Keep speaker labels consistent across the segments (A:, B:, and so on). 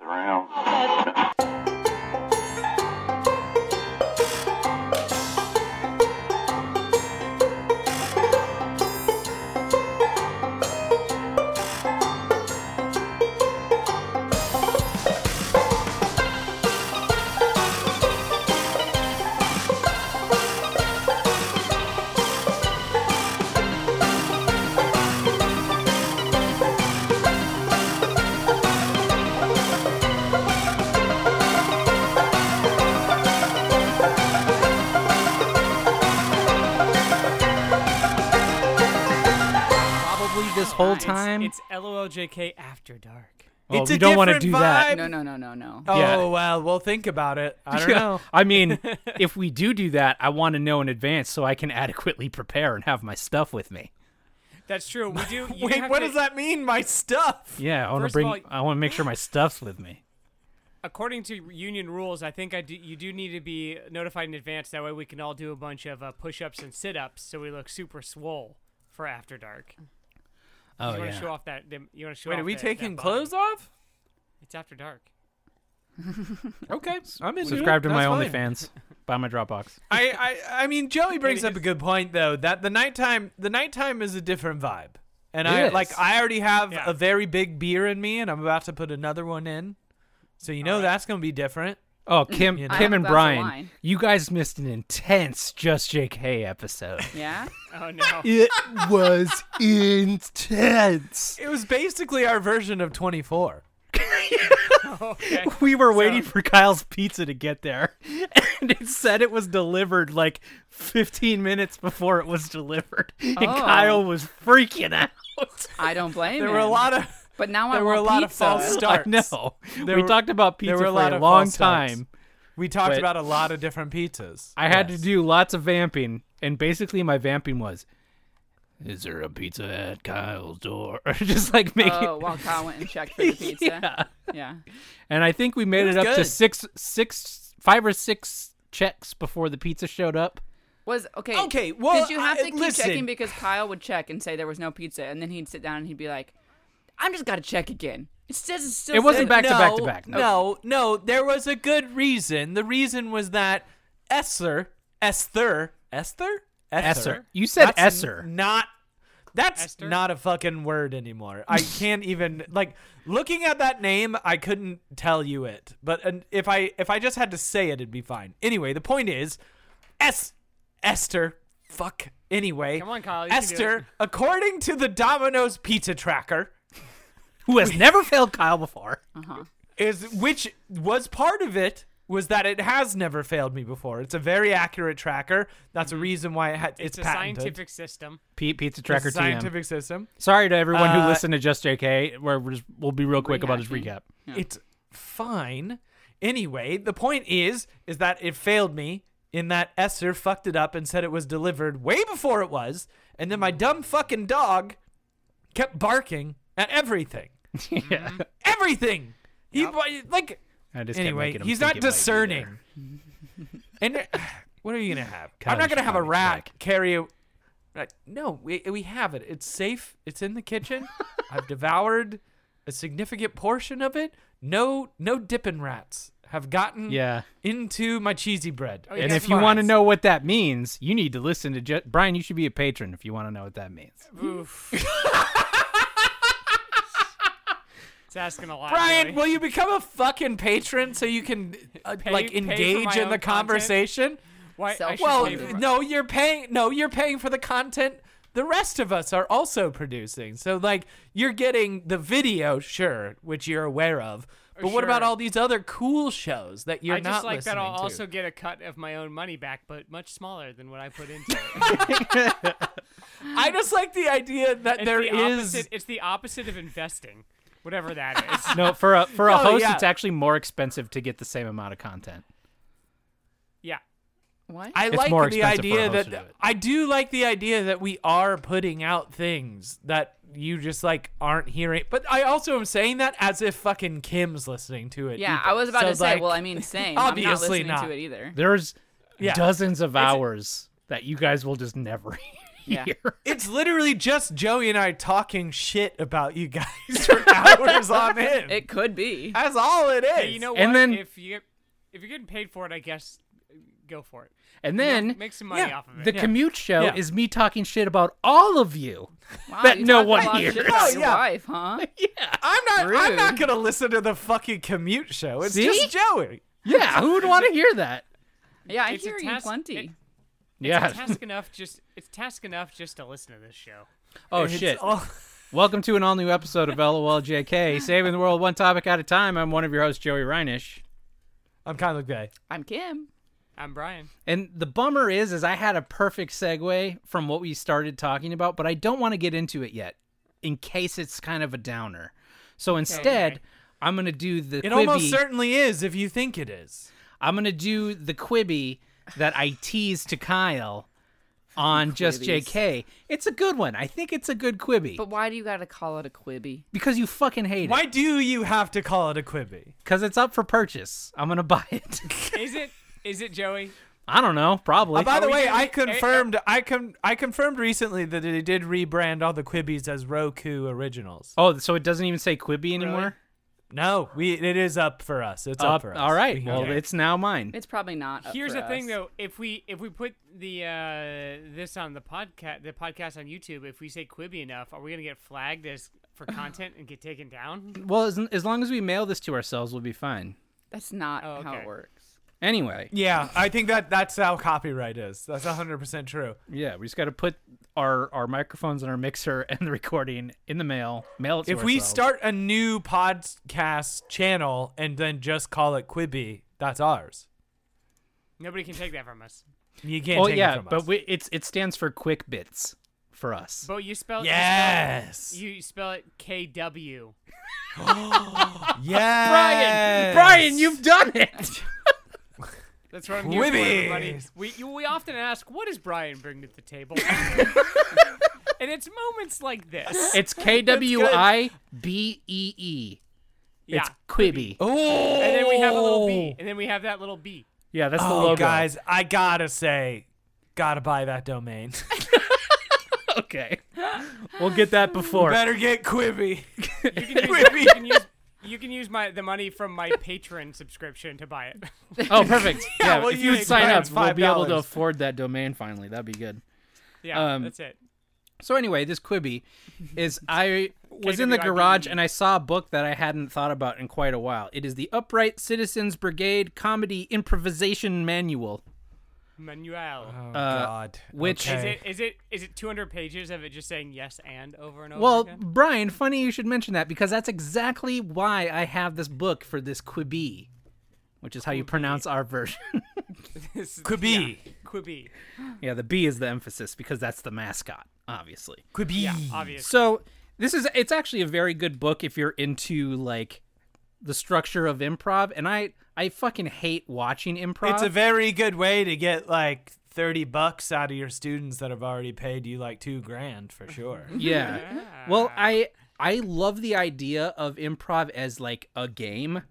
A: down.
B: Probably this whole
C: Nice.
B: time.
C: It's LOLJK After Dark.
B: well,
D: It's
B: we
D: a
B: don't wanna do
D: different
B: that.
D: vibe.
E: No, no, no, no, no.
D: Oh
B: Yeah.
D: well, we'll think about it. I don't
B: Yeah.
D: know.
B: I mean, if we do do that, I want to know in advance so I can adequately prepare and have my stuff with me.
C: That's true. We do. you
D: Wait,
C: have
D: what
C: to-
D: does that mean? My stuff.
B: Yeah, I want to
C: First of
B: bring.
C: all-
B: I want to make sure my stuff's with me.
C: According to union rules, I think I do, you do need to be notified in advance. That way, we can all do a bunch of uh, push-ups and sit-ups, so we look super swole for After Dark.
B: Oh
C: you want to show
B: yeah.
C: off that? them- You want to show?
D: Wait,
C: off
D: are we
C: that-
D: taking
C: that
D: clothes
C: body.
D: off?
C: It's After Dark.
D: Okay, I'm in.
B: Subscribe to my OnlyFans. Buy my Dropbox.
D: I, I I mean Joey brings
C: Maybe
D: up a good point though that the nighttime the nighttime is a different vibe. And
B: It
D: I
B: is.
D: like I already have
C: Yeah.
D: a very big beer in me and I'm about to put another one in. So you know that's going to be different.
B: Oh, Kim,
D: You know. I
B: Kim
D: have
B: and
E: a glass of
B: Brian,
E: wine.
B: you guys missed an intense Just JK episode.
E: Yeah?
C: Oh no.
B: it was intense.
D: It was basically our version of 24.
C: okay.
B: We were waiting for Kyle's pizza to get there, and it said it was delivered like 15 minutes before it was delivered, and
E: Oh.
B: Kyle was freaking out.
E: I don't blame
D: There
E: him.
D: were a lot of
E: But now I
D: there were a
E: want
D: lot of
E: pizza. Oh,
D: false starts.
B: I know.
D: There
B: we
D: were-
B: talked about
D: there
B: pizza
D: were a
B: for
D: lot
B: a
D: of
B: long
D: false starts.
B: time.
D: We talked
B: But-
D: about a lot of different pizzas.
B: I had
D: Yes.
B: to do lots of vamping, and basically my vamping was, "Is there a pizza at Kyle's door?" Just like making.
E: Oh, while Kyle went and checked for the pizza.
B: Yeah.
E: Yeah.
B: And I think we made
D: was
B: it, up to
D: good.
B: six, six, five or six checks before the pizza showed up.
E: Was okay.
D: Okay, well,
E: did you have
D: I-
E: to keep
D: listen.
E: checking because Kyle would check and say there was no pizza, and then he'd sit down and he'd be like, "I'm just gotta check again." It says it's still.
B: It wasn't
E: says-
B: back to back to
D: Uh, No,
B: back.
D: No. no, there was a good reason. The reason was that Esther, Esther, Esther,
B: Esser. You said
D: That's
B: Esser.
D: Not. That's
C: Esther?
D: not a fucking word anymore. I can't even like looking at that name. I couldn't tell you it, but and if I if I just had to say it, it'd be fine. Anyway, the point is, Es Esther. Fuck. Anyway,
C: Come on, Kyle, Oh, you can do it.
D: Esther, according to the Domino's Pizza Tracker,
B: Who has never failed Kyle before?
C: Uh-huh.
D: is which was part of it was that it has never failed me before. It's a very accurate tracker. That's a reason why it ha- it's,
C: Mm-hmm. It's, a
D: patented.
C: scientific system.
B: P- pizza
D: It's
B: Tracker
D: a
B: TM.
D: scientific system.
B: Sorry to everyone who
D: Uh,
B: listened to Just JK. Where we're just, we'll be real quick about his
E: Rehashing.
B: recap.
D: It's fine. Anyway, the point is is that it failed me in that Esther fucked it up and said it was delivered way before it was, and then my dumb fucking dog kept barking at everything.
B: yeah.
D: Everything. He He like
B: I just kept
D: anyway,
B: making him
D: he's
B: think
D: not
B: it might be
D: discerning.
B: there.
D: and what are you gonna have? I'm
B: Kinda
D: not gonna have a
B: funny,
D: rat
B: like-
D: carry. A, like, no, we we have it. It's safe. It's in the kitchen. I've devoured a significant portion of it. No, no dipping rats have gotten
B: Yeah.
D: into my cheesy bread.
C: Oh, yeah.
B: And
C: It's
B: if you want to
D: fine.
B: know what that means, you need to listen to Ju- Brian. You should be a patron if you want to know what that means.
C: Oof. it's asking a lot.
D: Brian,
C: really.
D: will you become a fucking patron so you can uh,
C: Pay-
D: like
C: pay for my
D: engage in
C: own
D: the
C: content?
D: conversation?
C: Why, I should
D: Well,
C: pay for my-
D: no, you're paying. No, you're paying for the content. The rest of us are also producing. So, like, you're getting the video, sure, which you're aware of. But what about
C: Sure.
D: all these other cool shows that you're
C: I
D: not
C: just like
D: listening
C: that I'll
D: to?
C: also get a cut of my own money back, but much smaller than what I put into it.
D: I just like the idea that
C: It's
D: there
C: the
D: is.
C: opposite, it's the opposite of investing, whatever that is.
B: No, for a for a
D: No,
B: host,
D: yeah.
B: it's actually more expensive to get the same amount of content.
C: Yeah.
E: What?
D: I
B: It's
D: like
B: more
D: the
B: expensive for a
D: idea
B: host to do
D: that
B: it.
D: I do like the idea that we are putting out things that you just like aren't hearing. But I also am saying that as if fucking Kim's listening to it.
E: yeah,
D: either.
E: I was about
D: So,
E: to say.
D: like,
E: well, I mean, same. I'm not
D: obviously
E: listening
D: not.
E: to it either.
B: There's
D: Yeah.
B: dozens of hours that you guys will just never
E: Yeah.
B: hear.
D: It's literally just Joey and I talking shit about you guys for hours on him.
E: It could be.
D: That's all it is.
C: Hey, you know what?
B: And then-
C: if you if you're getting paid for it, I guess go for it.
B: And then
C: Make some money
D: yeah,
C: off of it.
B: the commute show
D: Yeah.
B: is me talking shit about all of you.
E: Wow,
B: that
E: you
B: no
E: talk a
B: one
E: lot of shit
B: hears.
E: about
D: Oh,
E: your
D: yeah.
E: wife, huh?
D: I'm not. I'm
E: Rude.
D: not gonna listen to the fucking commute show. It's
B: See?
D: just Joey.
B: Yeah, who would want to hear that?
E: Yeah, I
C: It's a
E: hear you
C: task-
E: plenty.
C: it-
B: Yeah.
C: It's task enough just it's task enough just to listen to this show.
B: Oh
D: It's
B: shit.
D: all-
B: Welcome to an all new episode of LOLJK, saving the world one topic at a time. I'm one of your hosts, Joey Reinish.
D: I'm kind of gay.
E: I'm Kim.
C: I'm Brian.
B: And the bummer is, is I had a perfect segue from what we started talking about, but I don't want to get into it yet, in case it's kind of a downer. So instead, I'm gonna do the
D: It
B: Quibi.
D: almost certainly is if you think it is.
B: I'm gonna do the Quibi that I teased to Kyle on just
E: Quibbies.
B: JK. It's a good one. I think it's a good Quibi
E: But why do you gotta call it a quibby?
B: because you fucking hate it
D: Why do you have to call it a Quibi?
B: because it's up for purchase. I'm gonna buy it.
C: Is it is it Joey?
B: I don't know. Probably.
D: Uh, by the
C: we
D: way,
C: gonna-
D: I confirmed. I con- I confirmed recently that they did rebrand all the Quibbies as Roku originals.
B: oh, so it doesn't even say Quibi anymore.
D: No, we it is up for us. It's up,
B: Up-
D: for us.
B: all right.
D: We can
B: Well,
D: get it.
B: it's now mine.
E: It's probably not. up
C: Here's
E: for
C: the thing
E: us.
C: though, if we if we put the uh this on the podcast the podcast on YouTube, if we say Quibi enough, are we gonna get flagged as for content and get taken down?
B: Well, as, as long as we mail this to ourselves, we'll be fine.
E: That's not
C: Oh,
E: how
C: okay.
E: it works.
B: Anyway,
D: yeah. I think that that's how copyright is. That's 100 percent true.
B: yeah, we just got to put our our microphones and our mixer and the recording in the mail. Mail it to
D: If we
B: ourselves.
D: start a new podcast channel and then just call it Quibi, that's ours.
C: Nobody can take that from us.
D: You can't
B: oh
D: take it
B: yeah,
D: from us.
B: but we, it's it stands for quick bits for us.
C: But you spell
D: yes,
C: you spell it K W.
D: yes,
B: Brian, you've done it.
C: That's what I'm here for, everybody.
D: Quibbies.
C: We, you- we often ask, what does Brian bring to the table? and it's moments like this.
B: it's K W I B E E.
C: Yeah.
B: It's Quibi.
D: Oh,
C: And then we have a little B. And then we have that little B.
B: Yeah, that's the
D: Oh,
B: logo.
D: guys, I gotta say, gotta buy that domain.
B: Okay, we'll get that before.
D: Better get Quibi.
C: You can use,
D: Quibi.
C: you can use, you can use my the money from my Patreon subscription to buy it.
B: Oh, perfect. yeah,
D: well,
B: if
D: you
B: you would
D: make
B: sign up,
D: Brian's
B: we'll be able to
D: $5.
B: afford that domain finally. That'd be good.
C: Yeah,
B: Um,
C: that's it.
B: So anyway, this Quibi is I was in the
C: KWIBE.
B: garage and I saw a book that I hadn't thought about in quite a while. It is the Upright Citizens Brigade Comedy Improvisation Manual.
C: Manuel.
D: Oh
B: Uh,
D: God.
B: which-
C: Is
D: Okay.
C: it is it is it 200 pages of it just saying yes and over and over
B: Well,
C: again?
B: Brian, funny you should mention that because that's exactly why I have this book for this Quibi, which is how you pronounce our version.
C: This is-
D: Quibi?
C: yeah, Quibi.
B: yeah, the B is the emphasis because that's the mascot, obviously.
D: Quibi?
C: Yeah, obviously.
B: So this is it's actually a very good book if you're into like the structure of improv and I I fucking hate watching improv.
D: It's a very good way to get like thirty bucks out of your students that have already paid you like two grand for sure.
B: yeah. Well, I I love the idea of improv as like a game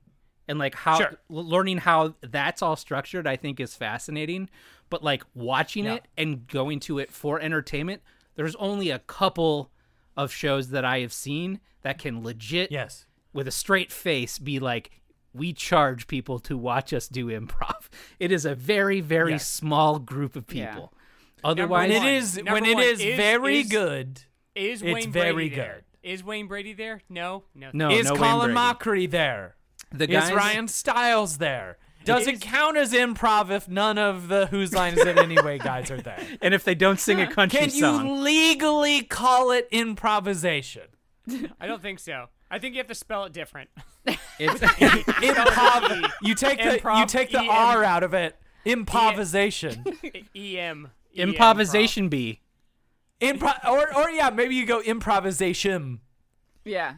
B: and like how
D: Sure.
B: l- learning how that's all structured I think is fascinating, but like watching it and going to it for entertainment, there's only a couple of shows that I have seen that can legit
D: yes.
B: with a straight face be like we charge people to watch us do improv. It is a very very
D: Yes.
B: small group of
E: Yeah.
B: people.
D: When
B: Otherwise,
D: it
C: one.
D: is
C: Number
D: when it
C: one
D: is
C: is-
D: very
C: is-
D: good.
C: Is
D: It's
C: Wayne
D: very
C: Brady there?
D: good.
C: Is Wayne Brady there? No, no.
B: no,
D: is
B: Oh, no Wayne
D: Colin
B: Brady.
D: Mockery there?
B: the
D: Is
B: guys,
D: Ryan Stiles there? Does it
C: is-
D: count as improv if none of the Whose Line Is It Anyway guys are there?
B: and if they don't sing a country
D: Ah, Can
B: song,
D: you legally call it improvisation?
C: I don't think so. I think you have to spell it different.
B: it's,
D: Improv. you take the you
C: Improv- E
D: take the
C: EM.
D: R out of it. Improvisation.
C: E M.
B: improvisation be
D: Impro- or or yeah, maybe you go improvisation.
E: Yeah,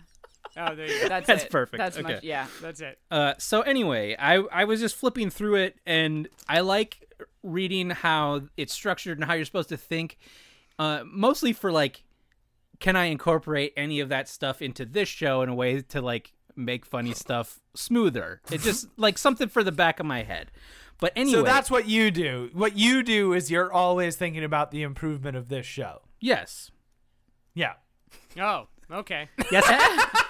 C: Oh, there you go.
E: that's
B: That's
E: it.
B: perfect.
E: That's
B: Okay.
E: much. Yeah,
C: That's it.
B: Uh, so anyway, I I was just flipping through it, and I like reading how it's structured and how you're supposed to think. Uh, mostly for like, can I incorporate any of that stuff into this show in a way to like make funny stuff smoother? It's just like something for the back of my head. But anyway,
D: So that's what you do. What you do is you're always thinking about the improvement of this show.
B: yes,
D: Yeah.
C: Oh, okay.
B: yes,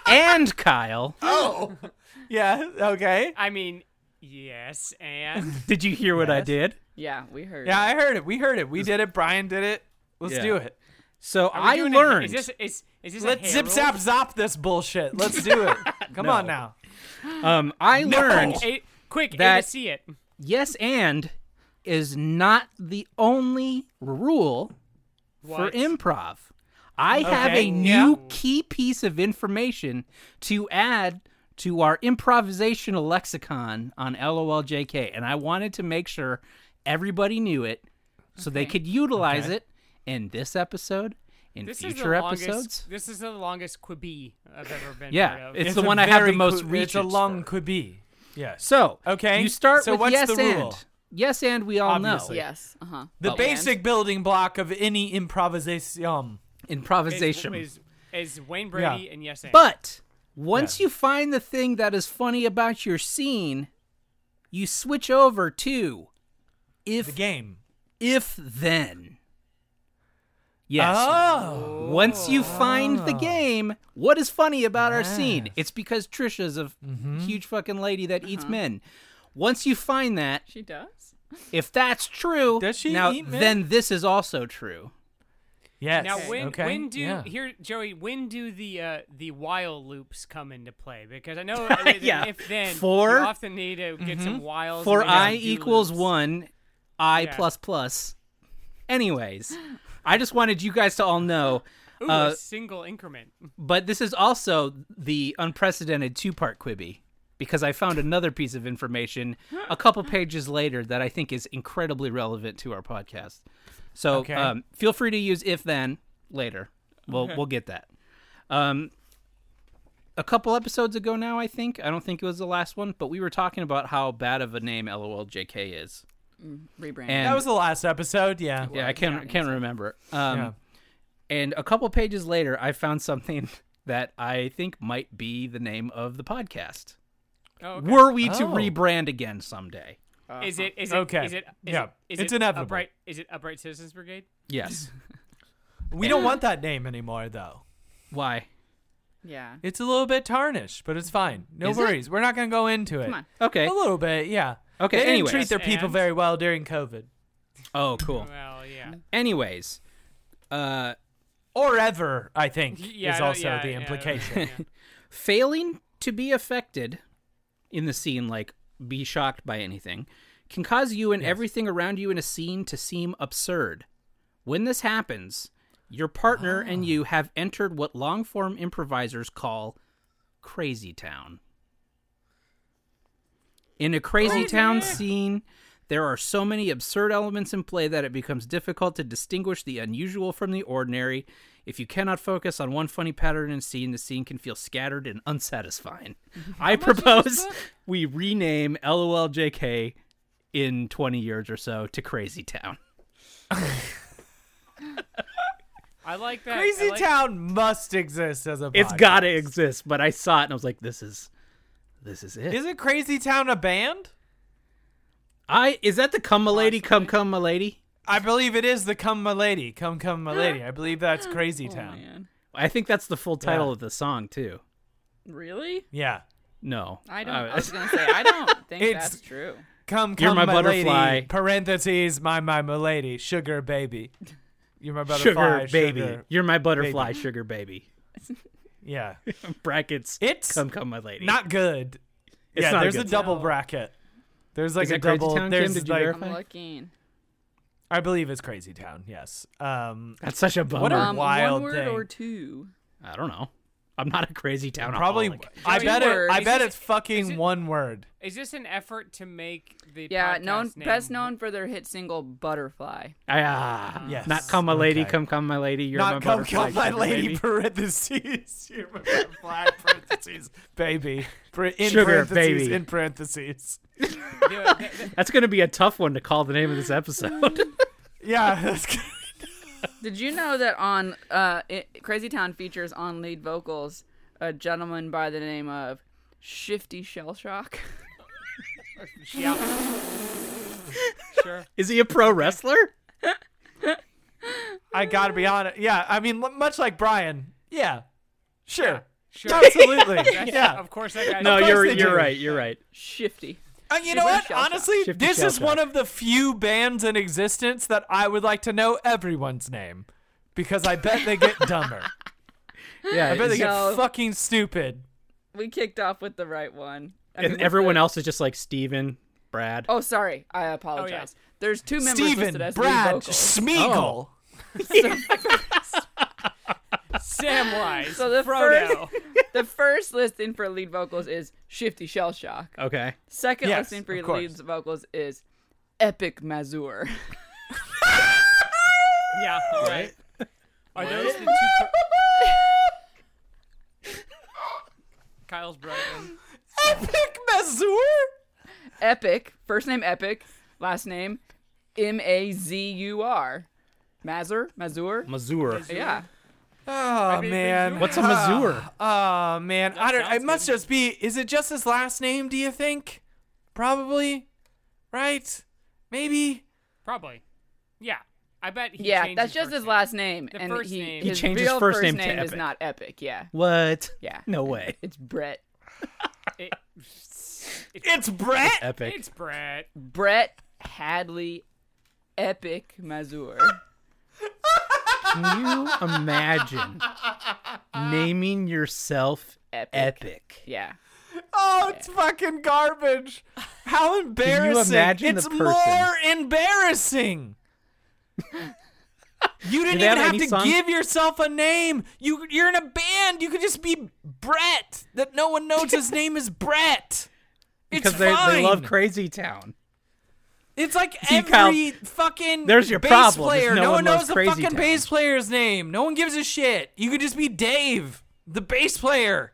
B: and Kyle.
A: Oh,
D: Yeah. Okay.
C: I mean, yes, and
B: Did you hear what I
D: Yes.
B: did?
E: Yeah, we heard.
D: Yeah, I heard it. We heard it. We did it. Brian did it. Let's
B: Yeah.
D: do it.
B: So
C: Are we
B: I
C: doing
B: learned.
C: A, is this is is this a
D: Let's zip
C: herald?
D: zap zop this bullshit. Let's do it. Come on
B: No.
D: now.
B: um, I learned.
C: A, Oh, quick, A
B: That-
C: to see it.
B: Yes, and is not the only rule for
C: What?
B: improv. I have a
D: Okay,
B: new
D: yeah.
B: key piece of information to add to our improvisational lexicon on LOLJK, and I wanted to make sure everybody knew it so they could utilize it in this episode, in
C: This is the
B: future
C: longest.
B: episodes.
C: This is the longest quibby I've ever been
B: Yeah,
C: part of.
B: it's-
D: a
B: the one I have the
D: very
B: most
D: cou- It's
B: reach
D: a
B: it's
D: long
B: for.
D: could be. Yes.
B: So,
D: Okay,
B: you start
D: so
B: with
D: what's
B: yes
D: the rule?
B: and. Yes and we all
D: Obviously.
B: know.
E: Yes. Uh huh.
B: Oh,
D: The basic building block of any improvisation.
B: Improvisation.
C: Is, is, is Wayne Brady
D: Yeah.
C: and Yes and
B: But once you find the thing that is funny about your scene, you switch over to
D: The
B: if
D: game.
B: if then. Yes.
D: Oh.
B: Once you find the game, what is funny about our scene?
D: Yes. Mm-hmm.
B: It's because Trisha's a huge fucking lady that eats men. Once you find that,
E: She does.
B: if that's true,
D: Does she
B: now
D: eat men?
B: then this is also true.
D: Yes.
C: Now when
D: okay.
C: when do
D: yeah.
C: here Joey when do the uh, the while loops come into play because I know
B: Yeah.
C: if then
B: For-
C: you often need to get
D: Mm-hmm.
C: some whiles
B: For
C: and we don't
B: i
C: do
B: equals
C: loops.
B: one, i
C: Yeah.
B: plus plus. Anyways, I just wanted you guys to all know.
C: Ooh,
B: uh,
C: a single increment
B: But this is also the unprecedented two part Quibi because I found another piece of information a couple pages later that I think is incredibly relevant to our podcast. So
D: Okay.
B: um, feel free to use if then later. We'll we'll get that. Um, a couple episodes ago now, I think I don't think it was the last one, but we were talking about how bad of a name LOLJK is.
E: Rebrand.
B: And
D: that was the last episode. Yeah.
B: yeah, I can't can't remember. Um,
D: Yeah.
B: And a couple pages later, I found something that I think might be the name of the podcast.
C: oh, okay.
B: Were we to
D: Oh.
B: rebrand again someday?
E: Uh-huh.
C: Is it? Is it?
D: Okay.
C: Is it? Is
D: Yeah.
C: It, is
D: It's
C: it
D: inevitable.
C: Upright, is it Upright Citizens Brigade?
B: Yes.
D: We don't want that name anymore, though.
B: Why?
E: yeah.
D: It's a little bit tarnished, but it's fine. No
B: Is it?
D: worries. We're not going to go into it.
E: Come on.
B: Okay.
D: A little bit, yeah.
B: Okay,
D: They didn't
B: anyways.
D: treat their people
C: And-
D: very well during COVID
B: Oh, cool.
C: Well, yeah.
B: Anyways, uh,
D: or ever. I think
C: Yeah, I
D: is
C: don't-
D: also
C: yeah,
D: the
C: yeah, I don't-
D: implication.
C: yeah.
B: failing to be affected in the scene, like be shocked by anything, can cause you and everything around you in a scene to seem absurd. When this happens, your partner and you have entered what long form improvisers call crazy town. In a crazy town scene, there are so many absurd elements in play that it becomes difficult to distinguish the unusual from the ordinary. If you cannot focus on one funny pattern in scene, the scene can feel scattered and unsatisfying. I propose we rename LOLJK in 20 years or so to Crazy Town.
C: I like that. I
D: Crazy
C: like-
D: Town must exist as a.
B: It's
D: podcast.
B: got to exist, but I saw it and I was like this is this is it.
D: Isn't Crazy Town a band?
B: I is that the come milady come come milady?
D: I believe it is the Come My Lady, Come Come My Lady. I believe that's Crazy
C: Oh,
D: Town.
E: Man.
B: I think that's the full title
D: Yeah.
B: of the song too.
E: Really?
D: yeah.
B: No.
E: I don't.
B: Uh,
E: I was gonna say I don't think
D: It's-
E: that's true.
D: Come Come
B: You're my
D: lady,
B: butterfly.
D: parentheses, my my my lady, sugar baby. You're my butterfly,
B: Sugar baby, you're my butterfly,
D: baby.
B: sugar baby.
D: Yeah.
B: Brackets.
D: It's
B: come, come, my lady.
D: Not good.
B: It's
D: yeah,
B: not
D: there's
B: good.
D: a double bracket. There's like
B: Is
D: a
B: it Crazy
D: double.
B: Town, Kim?
D: there's
B: Did you
D: like,
B: verify?
E: I'm looking.
D: I believe it's Crazy Town. Yes. Um,
B: That's such a bummer.
D: What a-
E: Um,
D: wild
E: one word
D: thing.
E: or two.
B: I don't know. I'm not a crazy town.
D: probably.
B: alcoholic.
D: I
E: Two
D: bet it.
E: words.
D: I
E: Is
D: bet
C: it-
D: it's fucking
C: it-
D: one word.
C: Is this an effort to make the
E: Yeah, known
C: podcast name-
E: best known for their hit single "Butterfly."
B: Ah,
D: Yes.
B: Not come, my lady.
D: Okay.
B: Come, come, my lady. You're my
D: Not come
B: butterfly,
D: come my
B: sugar
D: lady
B: baby.
D: parentheses. You're my butterfly parentheses baby. Par- in
B: Sugar
D: parentheses
B: baby.
D: in parentheses.
C: Yeah, th- th-
B: That's gonna be a tough one to call the name of this episode.
D: Yeah, that's good.
E: Did you know that on uh, it, Crazy Town features on lead vocals a gentleman by the name of Shifty Shell Shock?
C: yeah. sure.
B: is he a pro wrestler?
D: I gotta be honest. Yeah, I mean, l- much like Brian. Yeah, sure.
C: Sure.
D: Absolutely.
C: That's-
D: yeah.
C: Of course, that guy.
B: No,
D: course
B: you're
D: they
B: you're
D: do.
B: right. You're right.
E: Shifty.
D: And Uh, you
E: Shifty
D: know what?
E: shell shock.
D: Honestly,
B: Shifty
D: this
B: shell
D: is
B: shock.
D: one of the few bands in existence that I would like to know everyone's name because I bet they get dumber.
B: Yeah,
D: I bet they
B: it's-
D: get
E: No.
D: fucking stupid.
E: We kicked off with the right one. I mean,
B: and
E: with
B: everyone
E: the-
B: else is just like Steven, Brad.
E: Oh, sorry. I apologize.
C: Oh,
E: There's two members
D: Steven,
E: listed as lead
D: Brad,
E: vocals.
D: Smeagol.
B: Oh.
C: Samwise.
E: So the
C: Frodo.
E: The first listing for lead vocals is Shifty Shell Shock.
B: Okay.
E: Second
D: Yes,
E: listing for
D: of course.
E: lead vocals is Epic Mazur.
C: yeah. All right. Are those the two? Kyle's brother.
D: Epic Mazur.
E: Epic, first name Epic, last name M A Z U R. Mazur? Mazur?
B: Mazur.
E: Yeah.
D: Oh
C: mean,
D: man,
C: Mazur.
B: What's a Mazur?
D: Oh man, I don't. It
C: sounds
D: must
C: good.
D: just be. Is it just his last name? Do you think? Probably. Right. Maybe.
C: Probably. Yeah. I bet he
E: yeah,
C: changed his
E: that's just
C: first
E: his
C: name.
E: last name.
C: The
E: and
C: first
E: he,
C: name.
B: He
E: his
B: changed his
E: real
B: first
E: first
B: name to
E: is
B: Epic.
E: not Epic. Yeah.
B: What?
E: Yeah.
B: No way.
E: It's Brett.
C: It-
D: It's Brett.
B: Epic.
C: it's Brett.
E: Brett Hadley Epic Mazur.
B: Can you imagine naming yourself
E: Epic.
B: Epic?
E: Yeah.
D: Oh, it's fucking garbage. How embarrassing.
B: imagine the
D: it's
B: person?
D: more embarrassing. you didn't
B: they have
D: even have
B: any
D: to
B: song-
D: give yourself a name. You you're in a band. You could just be Brett. That no one knows his name is Brett. It's
B: Because they,
D: fine.
B: they love Crazy Town.
D: It's like
B: See,
D: every
B: Kyle,
D: fucking
B: there's your
D: bass
B: problem, is
D: player.
B: no one
D: knows
B: loves
D: the
B: Crazy
D: fucking
B: Town.
D: bass player's name. No one gives a shit. You could just be Dave, the bass player.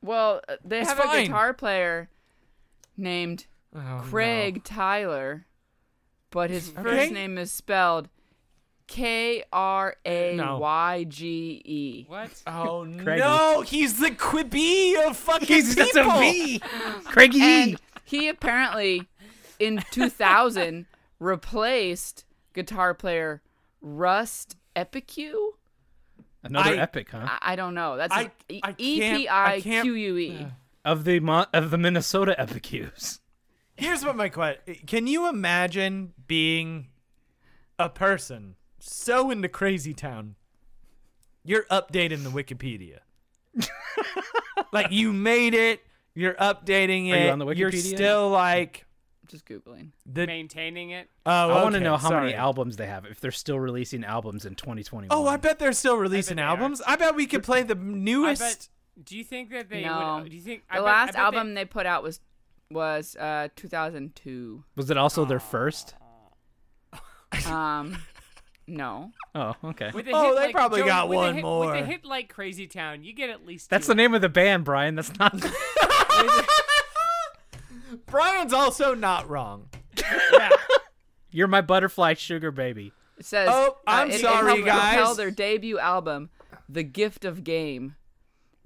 E: Well, uh, they
D: It's
E: have
D: fine. Oh,
E: a guitar player named Craig Tyler, but his
D: Okay.
E: first name is spelled K R A Y G E.
C: What?
D: Oh
B: Craigie.
D: no, he's the Quibi of fucking
B: He's
D: people.
B: that's a V. Craigie.
E: And he apparently, in 2000, replaced guitar player Rust Epicue.
B: Another
D: I-
B: epic, huh?
E: I, I don't know. That's
D: I-
E: E
D: I can't- Uh.
E: P
D: I
E: I
D: can't-
E: Q U E.
B: of the Mo- of the Minnesota Epicues.
D: Here's what my question: Can you imagine being a person so into Crazy Town? You're updating the Wikipedia. like you made it. You're updating it.
B: Are you on the
D: You're
B: Wikipedia?
D: still like
E: Just googling.
D: the.
C: Maintaining it.
D: Oh,
B: I want to
D: okay,
B: know how many
D: sorry.
B: albums they have if they're still releasing albums in 2021.
D: Oh, I bet they're still releasing
C: they are.
D: albums. I bet we could play the
C: I
D: newest.
C: bet. Do you think that they
E: No.
C: would? Do you think
E: The
C: I bet- I
E: last
C: bet they-
E: album they... put out was was uh 2002.
B: Was it also their first?
E: Um, no.
B: Oh, okay.
C: with a
D: Oh,
C: hit
D: they
C: like-
D: probably
C: Joey,
D: got
C: with a
D: one
C: hit-
D: more.
C: With a hit like Crazy Town, you get at least.
B: That's
C: two.
B: the name of the band, Brian. That's not.
D: Brian's also not wrong.
C: Yeah.
B: You're my butterfly sugar baby.
E: It says.
D: Oh,
E: uh,
D: I'm
E: it- it
D: sorry,
E: helped
D: guys.
E: propel their debut album, "The Gift of Game,"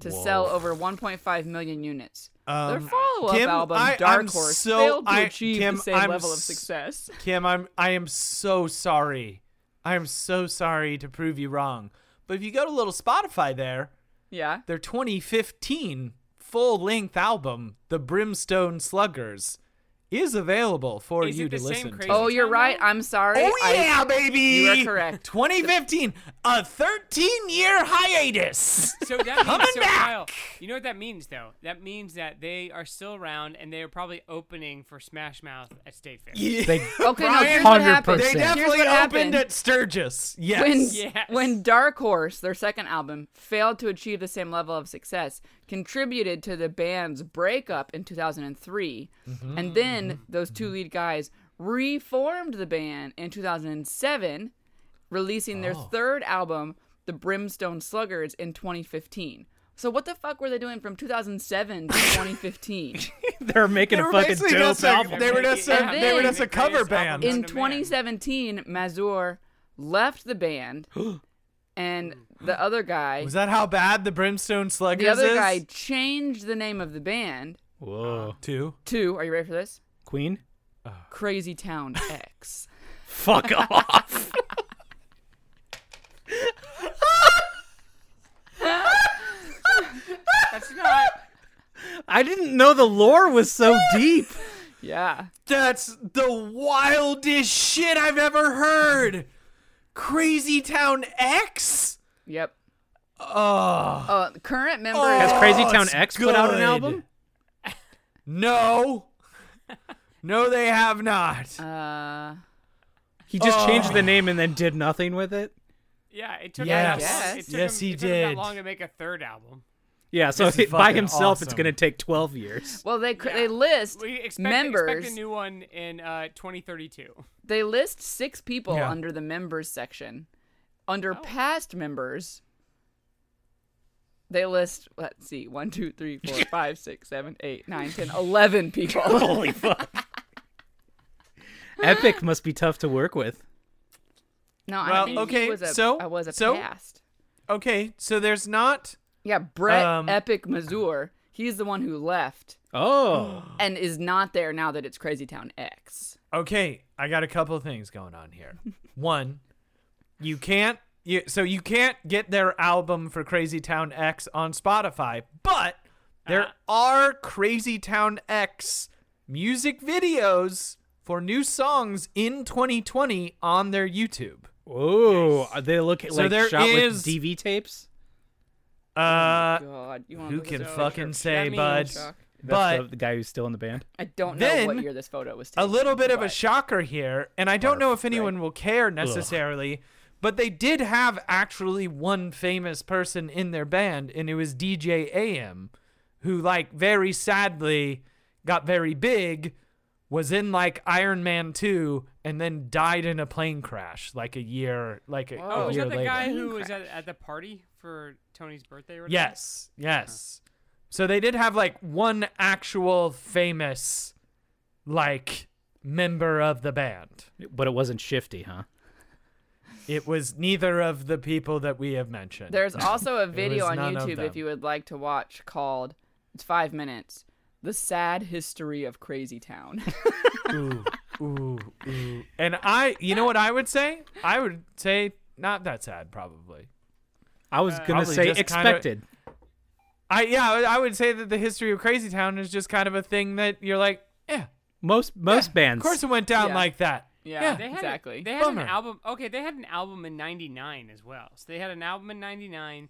E: to sell over 1.5 million units. their
D: Um,
E: follow-up
D: Kim,
E: album,
D: I-
E: Dark
D: I'm
E: Horse,
D: so-
E: failed to
D: I-
E: achieve
D: Kim,
E: the same
D: I'm
E: level of
D: s-
E: success.
D: Kim, I'm I am so sorry. I am so sorry to prove you wrong. But if you go to little Spotify there,
E: Yeah.
D: their 2015 full-length album, The Brimstone Sluggers, is available for
C: Is it
D: you
C: the
D: to
C: same
D: listen
C: crazy-
D: to.
E: Oh, you're right. I'm sorry.
D: Oh
E: I-
D: yeah, baby!
E: You are correct.
D: 2015, a 13-year hiatus.
C: So that
D: Coming
C: means, so
D: back!
C: Kyle, you know what that means though? That means that they are still around and they are probably opening for Smash Mouth at State Fair.
B: They
E: Okay, no,
D: Brian,
E: here's what
B: 100%.
E: happened.
D: They
B: Here's
D: definitely
E: what
D: opened
E: happened.
D: at Sturgis. Yes.
E: When,
C: Yes.
E: when Dark Horse, their second album, failed to achieve the same level of success, contributed to the band's breakup in 2003. And then those two lead guys reformed the band in 2007, releasing their third album, The Brimstone Sluggards, in 2015. So what the fuck were they doing from 2007 to 2015?
B: they're making
D: they
B: a
D: were
B: fucking
D: basically
B: dope
D: just a-
B: album.
D: They were just a,
E: And
D: they were
E: then-
D: just a cover
C: Greatest album
D: band.
C: known
E: in
C: to man.
E: 2017, Mazur left the band, and the other guy,
D: Was that how bad the Brimstone Sluggers
E: the other
D: is?
E: guy, changed the name of the band
B: Whoa,
D: Two.
E: to. Are you ready for this?
B: Queen,
E: Crazy Town X.
B: fuck off.
C: That's not.
B: I didn't know the lore was so deep.
E: Yeah.
D: That's the wildest shit I've ever heard. Crazy Town X?
E: Yep.
D: Oh.
E: Uh, current member
B: Has
E: is
D: Oh,
B: Crazy Town
D: it's
B: X put out an
D: good.
B: album?
D: No. No, they have not.
E: uh,
B: He just
D: Oh.
B: changed the name and then did nothing with it.
C: Yeah, it took him
D: Yes.
C: that long. It took
D: Yes,
C: him,
D: he
C: it took him
D: did.
C: that long to make a third album.
B: Yeah, so
D: This is
B: it- by
D: fucking
B: himself, it's
D: awesome.
B: going to take 12 years.
E: well, they cr-
C: Yeah.
E: they list
C: We expect,
E: members.
C: expect a new one in uh, 2032.
E: they list six people
D: Yeah.
E: under the members section. Under
C: Oh.
E: past members, they list let's see one, two, three, four, five, six, seven, eight, nine, ten, eleven people.
B: Holy fuck. Epic must be tough to work with.
E: no, I
D: Well,
E: mean, he
D: okay,
E: was a,
D: so-
E: I was a
D: so-
E: past.
D: Okay, so there's not.
E: Yeah, Brett
D: Um,
E: Epic Mazur. He's the one who left
B: Oh.
E: and is not there now that it's Crazy Town X.
D: Okay, I got a couple of things going on here. One, you can't. You, so you can't get their album for Crazy Town X on Spotify, but
C: Ah.
D: there are Crazy Town X music videos for new songs in 2020 on their YouTube.
B: Oh, are they look
D: So
B: like
D: there
B: shot
D: is-
B: with DV tapes.
D: Uh,
E: Oh God, you want
D: who can
C: so
D: fucking
C: sure.
D: say,
C: That means-
D: bud?
E: Shock.
B: That's
D: But
B: the, the guy who's still in the band.
E: I don't know
D: Then,
E: what year this photo was
D: a
E: taken.
D: little bit of a
E: but-
D: shocker here, and I don't know if anyone will care necessarily, but they did have actually one famous person in their band, and it was DJ AM, who, like, very sadly got very big, was in, like, Iron Man 2, and then died in a plane crash, like, a year, like, a,
E: Whoa.
D: a
C: Oh, was
D: year
C: that the
D: later.
C: guy
E: Plane
C: who was at, at the party for Tony's birthday? Or whatever?
D: Yes, yes. So they did have like one actual famous, like, member of the band.
B: But it wasn't shifty, huh?
D: It was neither of the people that we have mentioned.
E: There's also a video
D: was
E: on
D: none of
E: YouTube
D: them.
E: if you would like to watch called it's five minutes. The sad history of Crazy Town.
D: ooh, ooh, ooh. And I, you know what I would say? I would say not that sad, probably.
B: I was gonna
D: probably
B: say
D: just kinda-
B: expected.
D: I yeah, I I would say that the history of Crazy Town is just kind of a thing that you're like, yeah,
B: Most most
D: of
B: bands.
D: course it went down
E: Yeah.
D: like that.
E: yeah,
C: They had
E: exactly.
C: A, they had
D: Bummer.
C: an album. Okay, they had an album in '99 as well. So they had an album in '99.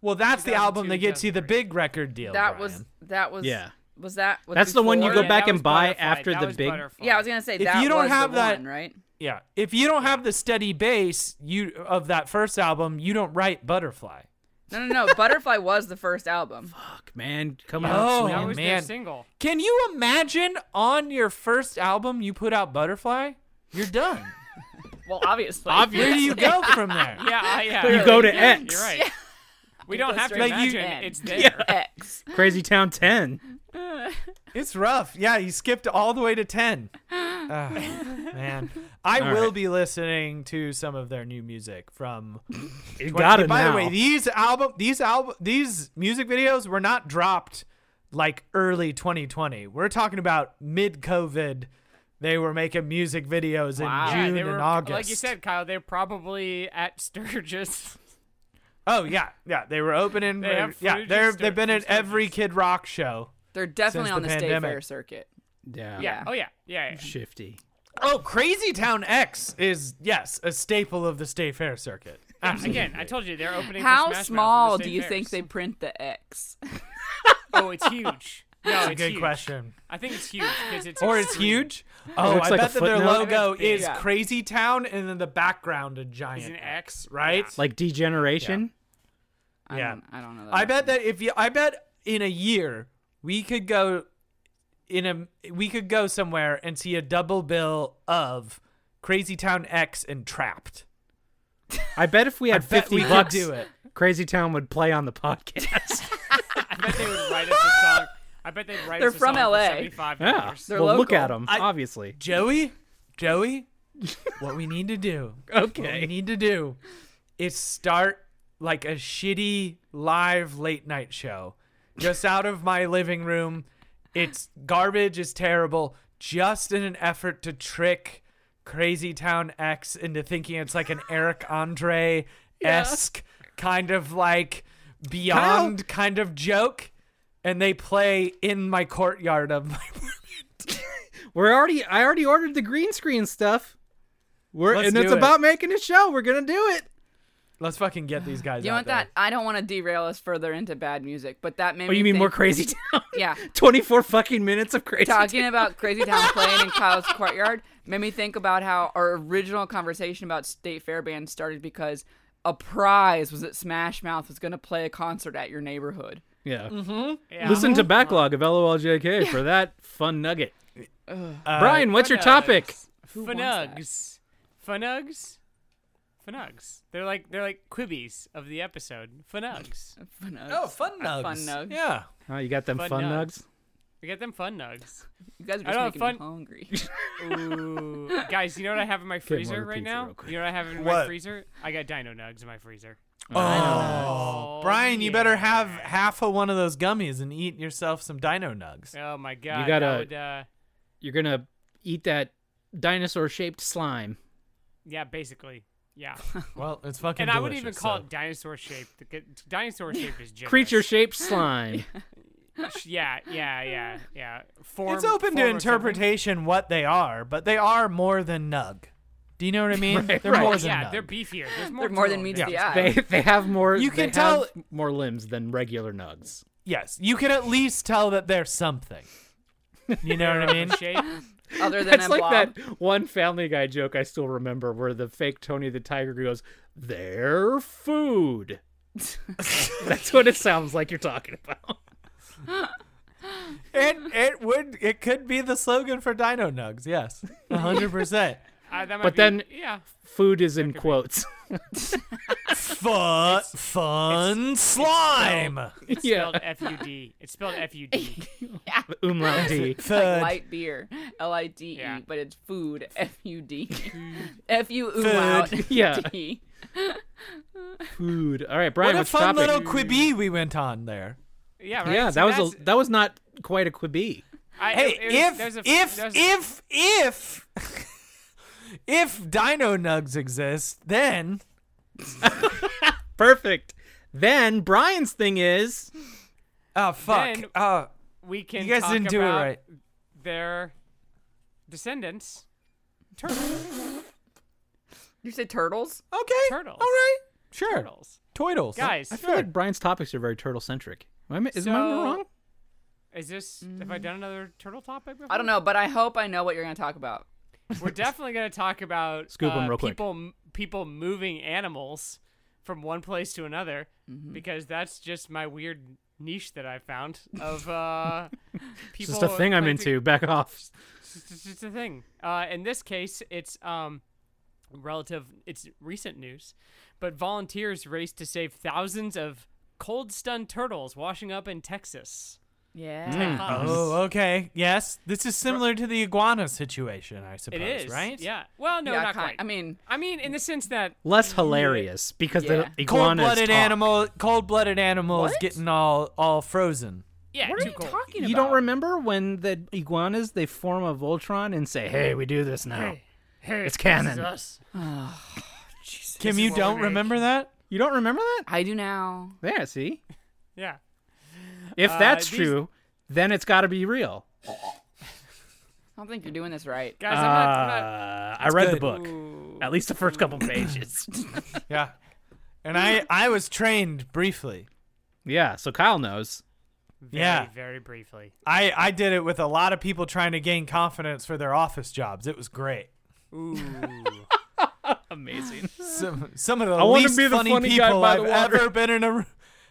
D: Well, that's the
C: 2002,
D: album that gets you the
C: 2003.
D: big record deal.
E: that
D: Oh, Brian.
E: was that was
B: Yeah.
E: was that was
B: That's the one you go
E: before-
C: yeah,
B: back
C: that
B: and
C: was
B: buy
C: Butterfly.
B: after
C: that
B: the
C: was
B: big-
C: Butterfly.
E: Yeah, I was gonna say
D: If
E: that
D: you don't
E: was
D: have
E: the
D: that-
E: one, right?
D: Yeah, if you don't have the steady base you of that first album, you don't write Butterfly.
E: No, no, no. Butterfly was the first album.
B: Fuck, man, coming
D: Oh,
B: out
C: That
B: swinging.
C: was
D: man.
C: their single.
D: Can you imagine on your first album you put out Butterfly? You're done.
E: Well, obviously.
D: Where do you go from there?
C: Yeah, I- yeah.
B: You go to
C: you're,
B: X.
C: You're right. We don't
E: go
C: have to
E: straight
D: to
C: imagine.
E: N.
C: It's
E: Yeah.
C: there.
E: X.
B: Crazy Town Ten.
D: It's rough. Yeah, you skipped all the way to 10. Ah, man, I
B: All
D: will
B: right.
D: be listening to some of their new music from
B: You
D: But-
B: got it
D: By
B: now.
D: the way, these album, these album, these music videos were not dropped like early 2020. We're talking about mid COVID. They were making music videos
E: Wow.
C: Yeah,
D: in June
C: Uh, they were,
D: and August.
C: Like you said, Kyle, they're probably at Sturgis.
D: Oh yeah, yeah. They were opening.
C: They have
D: yeah,
C: footage
D: they're
C: of Stur-
D: they've been
C: from
D: at every
C: Sturgis.
D: Kid Rock show.
E: They're definitely
D: Since
E: on
D: the
E: the state
D: pandemic.
E: fair circuit.
B: yeah.
E: Yeah.
C: Oh yeah, yeah. yeah.
B: shifty.
D: Oh, Crazy Town X is yes a staple of the State Fair circuit. Absolutely.
C: Again, I told you they're opening. for
E: How
C: Smash Mouth at the
E: small do
C: state
E: you
C: fairs.
E: think they print the X?
C: Oh, it's huge. No,
D: That's a
C: it's
D: good
C: huge.
D: question.
C: I think it's huge because it's
D: Or it's
C: extreme.
D: huge. Oh,
B: looks
D: I
B: like a
D: bet that their
B: footnote.
D: logo
C: Yeah.
D: is Crazy Town, and then the background a giant
C: Is an X,
D: right?
C: Yeah.
B: Like Degeneration.
E: I
D: Yeah.
E: don't, I don't know. That
D: I bet that if you, I bet in a year we could go in a we could go somewhere and see a double bill of Crazy Town X and Trapped.
B: I bet if we had
D: bet
B: fifty
D: we could
B: bucks,
D: do it.
B: Crazy Town would play on the podcast.
C: I bet they would write us a song. I bet they'd write
E: They're
C: us a
E: from
C: song
E: LA.
C: For Seventy-five
B: yeah,
C: dollars.
E: They're
B: well, look
E: local.
B: at them.
D: I-
B: obviously,
D: Joey, Joey, what we need to do, what we
B: okay.
D: need to do, is start like a shitty live late night show, just out of my living room. It's garbage. It's terrible. Just in an effort to trick Crazy Town X into thinking it's like an Eric Andre esque kind of like beyond kind of joke. and they play in my courtyard of my
B: We're already. I already ordered the green screen stuff. We're
D: Let's
B: and it's
D: do it.
B: about making a show. We're gonna do it.
D: Let's fucking get these guys
E: You
D: out
E: want
D: there.
E: that? I don't want to derail us further into bad music, but that made
B: Oh,
E: me.
B: you mean more
E: think-
B: Crazy Town?
E: Yeah.
B: Twenty four fucking minutes of Crazy Town.
E: Talking about Crazy Town playing in Kyle's courtyard made me think about how our original conversation about state fair bands started because a prize was that Smash Mouth was going to play a concert at your neighborhood.
B: Yeah.
D: Mm-hmm.
C: Yeah.
B: Listen to backlog of LOLJK for that fun nugget.
D: Uh,
B: Brian, what's your topic?
E: wants that?
C: Funugs. Funugs. Funugs. They're like they're like quibbies of the episode. Funugs.
E: Fun nugs.
D: Oh, fun
E: Uh,
D: nugs.
E: Fun nugs.
D: Yeah.
B: Oh, you got them
C: Fun
B: fun
C: nugs.
B: nugs.
C: We get them fun nugs.
E: You guys are
C: I
E: just
C: don't have
E: making me
C: fun-
E: hungry.
C: Ooh, guys, you know what I have in my
B: more
C: freezer right
B: pizza
C: now?
B: real quick.
C: You know what I have in my
A: What?
C: freezer? I got Dino Nugs in my freezer.
D: Oh,
C: Oh,
D: Brian, you better
C: yeah.
D: have half of one of those gummies and eat yourself some dino nugs.
C: Oh my god! that
B: gotta-
C: would, uh,
B: You're gonna eat that dinosaur shaped slime.
C: yeah, basically, yeah.
D: Well, it's fucking
C: And I would
D: delicious,
C: even call
D: so-
C: it dinosaur shaped. The g- Dinosaur shaped is generous.
B: Creature shaped slime.
C: Yeah, yeah, yeah, yeah. Form,
D: It's
C: form
D: open to
C: of something.
D: interpretation what they are, but they are more than nug. Do you know what I mean?
B: Right,
D: they're
B: right.
D: more
C: Oh,
D: than
C: yeah,
D: nug.
C: they're beefier. There's more.
E: They're more
C: to
E: than
C: them.
E: meets
D: Yeah.
E: the eye.
B: they they have more
D: You
B: they
D: can tell-
B: have more limbs than regular nugs.
D: yes, you can at least tell that they're something. You know what I mean?
C: Shape.
E: Other than
B: It's
E: a
B: like
E: blob.
B: that one Family Guy joke I still remember where the fake Tony the Tiger goes, They're food. That's what it sounds like you're talking about.
D: It it would it could be the slogan for Dino Nugs. Yes, a hundred percent.
C: Uh, that might
B: But
C: be-
B: then-
C: yeah,
B: Food is in quotes.
D: Fun fun slime.
C: it's
B: Yeah.
C: spelled F U D. It's spelled F U D.
B: Umlaut D.
E: It's
D: Thud.
E: like light beer, L I D E,
C: Yeah.
E: but it's food, F U D, F U U out,
B: Yeah.
E: D.
B: Food. All right,
D: What
B: Brian,
D: a
B: what's
D: fun
B: topic?
D: little quibby we went on there.
C: Yeah, right.
B: yeah,
C: So
B: that was
C: that's-
B: a, that was not quite a quibby.
C: I,
D: Hey,
C: it- it was-
D: if,
C: there's a,
D: if,
C: there's-
D: if if if Dino Nugs exist, then
B: Perfect. Then Brian's thing is
D: oh fuck,
C: Then-
D: oh
C: we can
D: you guys
C: talk
D: didn't do it
C: about
D: right.
C: Their descendants,
E: You say turtles?
D: Okay,
C: Turtles.
D: all right, sure,
C: turtles.
D: Toidles.
C: Guys,
B: I feel like Brian's topics are very turtle centric. Am I, is mine
C: So-
B: wrong?
C: is this? Have I done another turtle topic? Before?
E: Mm. I don't know, but I hope I know what you're going to talk about.
C: We're definitely gonna talk about
B: Scoop 'em
C: uh,
B: real quick.
C: people m- people moving animals from one place to another
E: Mm-hmm.
C: because that's just my weird niche that I found of uh,
B: It's
C: people.
B: just a thing I'm
C: planting-
B: into. Back off.
C: It's just- it's a thing. Uh, in this case, it's um, relative. It's recent news, but volunteers race to save thousands of cold stunned turtles washing up in Texas.
E: Yeah.
B: Mm.
D: Oh, okay. Yes, this is similar to the iguana situation, I suppose.
C: It is
D: right.
C: Yeah. Well, no,
E: yeah,
C: not
E: kin-
C: quite.
E: I mean,
C: I mean, in the sense that
B: Less hilarious because
E: Yeah.
B: the iguanas
D: Cold-blooded
B: talk.
D: animal, cold-blooded animals
E: What?
D: getting all all frozen.
C: yeah,
E: what are
C: too
E: you
C: cold.
E: talking about?
B: You don't remember when the iguanas they form a Voltron and say, "Hey, we do this now." it's canon.
D: Kim, you
C: what we
D: don't
C: make.
D: remember that?
B: You don't remember that?
E: I do now.
B: Yeah, see.
C: Yeah.
B: If
C: Uh,
B: that's
C: these-
B: true, then it's got to be real.
E: I don't think you're doing this right.
C: Guys, I'm not. I'm not
B: Uh, I read the
D: good.
B: book, at least the first couple pages.
D: Yeah. And I I was trained briefly.
B: yeah, so Kyle knows.
C: very,
D: yeah.
C: Very briefly.
D: I I did it with a lot of people trying to gain confidence for their office jobs. It was great.
C: Ooh.
B: Amazing.
D: Some some of the
B: I wanna
D: least
B: be the
D: funny,
B: funny guy
D: people
B: by
D: I've
B: the water.
D: ever been in a. room.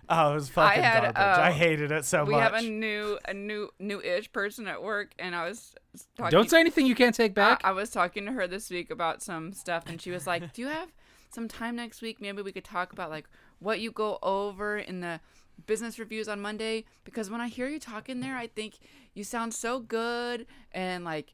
D: Oh, it was fucking
E: had,
D: garbage.
E: uh,
D: I hated it so
E: we
D: much.
E: have a new, a new, new-ish person at work, and I was talking.
B: Don't say anything you can't take
E: I,
B: back.
E: I was talking to her this week about some stuff, and she was like, "Do you have some time next week? Maybe we could talk about like what you go over in the business reviews on Monday. Because when I hear you talking there, I think you sound so good, and like,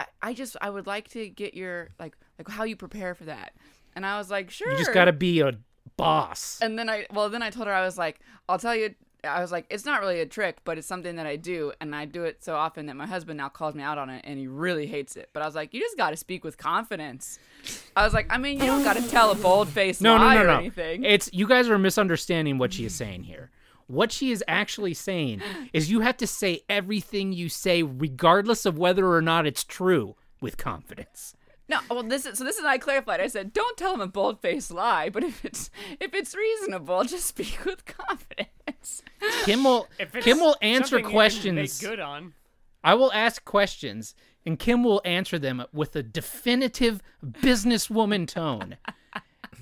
E: I, I just I would like to get your like like how you prepare for that." And I was like, "Sure."
B: you just got to be a boss.
E: And then I well then I told her I was like, I'll tell you I was like, it's not really a trick, but it's something that I do and I do it so often that my husband now calls me out on it and he really hates it. But I was like, you just gotta speak with confidence. I was like, I mean you don't gotta tell a bold faced
B: No, no,
E: lie
B: no,
E: or
B: no.
E: anything.
B: It's you guys are misunderstanding what she is saying here. What she is actually saying is you have to say everything you say, regardless of whether or not it's true, with confidence.
E: No, well, this is so. This is I clarified. I said, don't tell him a bold-faced lie, but if it's if it's reasonable, just speak with confidence.
B: Kim will
C: If it's
B: Kim will answer
C: something you can make
B: questions.
C: good on.
B: I will ask questions, and Kim will answer them with a definitive businesswoman tone,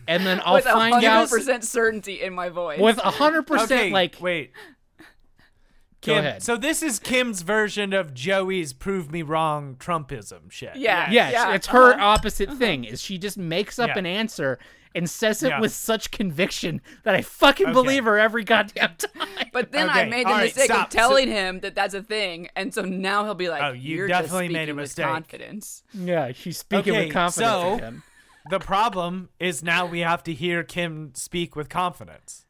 B: and then I'll
E: with a
B: find out
E: hundred percent certainty in my voice.
B: with a hundred percent
D: Okay,
B: like
D: wait.
B: Go
D: Kim,
B: ahead.
D: So this is Kim's version of Joey's "prove me wrong" Trumpism shit.
E: yeah,
B: Yes,
E: yeah,
B: it's her
E: uh-huh.
B: opposite thing. Is she just makes up
D: Yeah.
B: an answer and says it
D: Yeah.
B: with such conviction that I fucking believe her every goddamn time.
E: But then I
D: Okay,
E: made the
D: all right,
E: mistake
D: stop.
E: of
D: So-
E: telling him that that's a thing, and so now he'll be like,
D: Oh, you
E: are
D: definitely
E: just
D: made a
E: speaking with
D: mistake."
E: Confidence.
B: yeah, she's speaking
D: Okay,
B: with confidence.
D: so-
B: again.
D: The problem is now we have to hear Kim speak with confidence.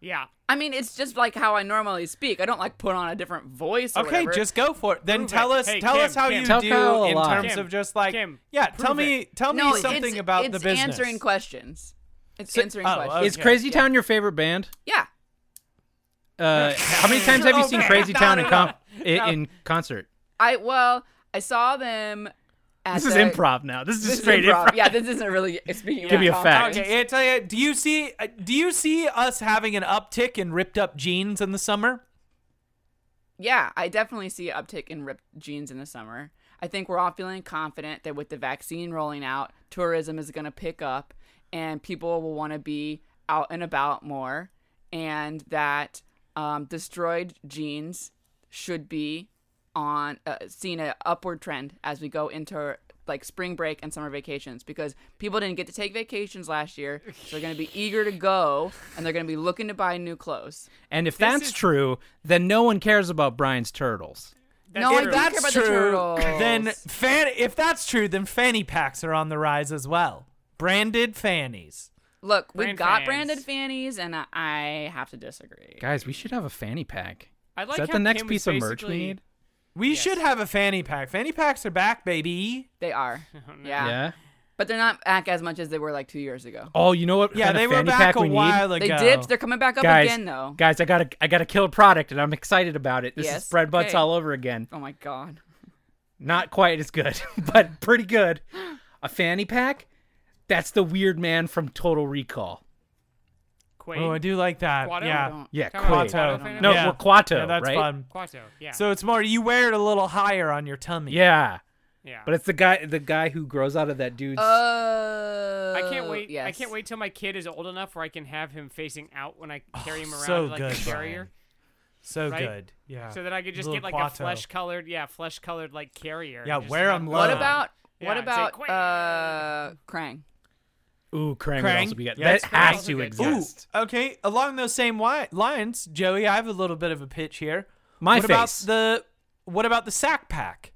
C: Yeah.
E: I mean, it's just like how I normally speak. I don't like put on a different voice. Or
D: okay,
E: whatever.
D: just go for it. Then
C: Prove
D: tell
C: it.
D: us
C: Hey,
D: tell
C: Kim,
D: us how
C: Kim.
D: you
B: Tell
D: do
B: Kyle a
D: in
B: lie.
D: terms
C: Kim,
D: of just like
C: Kim,
D: yeah. Tell
C: prove
D: me tell
E: no,
D: me something
E: it's,
D: about
E: it's
D: the business.
E: answering questions. It's answering
D: oh,
E: questions.
D: okay.
B: Is Crazy Town your favorite band?
E: Yeah,
B: Uh, how many times have you seen
D: Okay,
B: Crazy
D: no,
B: Town
D: no,
B: in, com-
D: no.
B: i- in concert?
E: I well, I saw them. At
B: This is
E: the-
B: improv now. This is
E: This
B: just
E: is
B: straight
E: improv.
B: improv.
E: Yeah, this isn't really speaking.
B: Give
E: with
B: me a fact.
E: confidence.
D: Okay, it's uh, do you see uh, do you see us having an uptick in ripped up jeans in the summer?
E: Yeah, I definitely see an uptick in ripped jeans in the summer. I think we're all feeling confident that with the vaccine rolling out, tourism is going to pick up and people will want to be out and about more, and that um, destroyed jeans should be on uh, seeing an upward trend as we go into like spring break and summer vacations because people didn't get to take vacations last year so they're going to be eager to go and they're going to be looking to buy new clothes
B: And if
C: This
B: that's
C: is-
B: true, then no one cares about Brian's turtles.
C: That's
E: No, I
C: true.
E: don't care about the turtles.
D: then fan- if that's true, then fanny packs are on the rise as well. Branded fannies.
E: Look, we've
C: Brand
E: got
C: fans.
E: branded fannies, and I, I have to disagree.
B: Guys, we should have a fanny pack.
C: I like
B: is that
C: how
B: the next
C: Kim was
B: piece of merch we
C: basically-
B: need?
D: We should have a fanny pack. Fanny packs are back, baby.
E: They are,
C: Oh, no.
E: yeah.
B: yeah.
E: but they're not back as much as they were like two years ago.
B: Oh, you know what?
D: Yeah,
B: kind
D: they
B: of
D: were
B: fanny
D: back
B: pack
D: a
B: we need?
D: while
E: They
D: ago.
E: dipped. They're coming back up
B: guys,
E: again, though.
B: Guys, I gotta I gotta kill a product and I'm excited about it. This
E: Yes,
B: is bread butts
E: okay.
B: all over again.
E: oh my god.
B: Not quite as good, but pretty good. A fanny pack? That's the weird man from Total Recall.
C: Quaid.
D: oh, I do like that.
C: Quato? I
D: Yeah.
E: don't-
B: Yeah,
C: Come on,
B: Quato.
C: Quato
E: Quato.
C: fan
B: No,
C: of-
D: Yeah.
B: well, Quato,
D: Yeah, that's
B: right?
D: fun.
C: Quato. Yeah.
D: So it's more you wear it a little higher on your tummy.
B: Yeah,
C: yeah.
B: but it's the guy the guy who grows out of that dude's.
E: Uh,
C: I can't wait. I
E: yes.
C: can't wait till my kid is old enough where I can have him facing out when I carry him around
D: Oh, so
C: like
D: good,
C: a carrier,
D: So
C: Right?
D: good. Yeah.
C: so that I could just
D: Little
C: get like
D: Quato.
C: a flesh colored, yeah, flesh colored like carrier.
D: Yeah,
C: and just
D: wear
C: have
D: 'em
C: it
D: low. Ugh.
E: What
C: on.
E: about
C: Yeah,
E: what
C: it's
E: about
C: like,
E: uh Krang?
B: Ooh, Krang. would
D: Krang?
B: also be good.
D: Yeah,
B: that
D: that's
B: has
C: also
B: to
C: good.
D: Ooh,
B: exist.
D: okay. Along those same wi- lines, Joey, I have a little bit of a pitch here.
B: My
D: what about
B: face.
D: the what about the sack pack,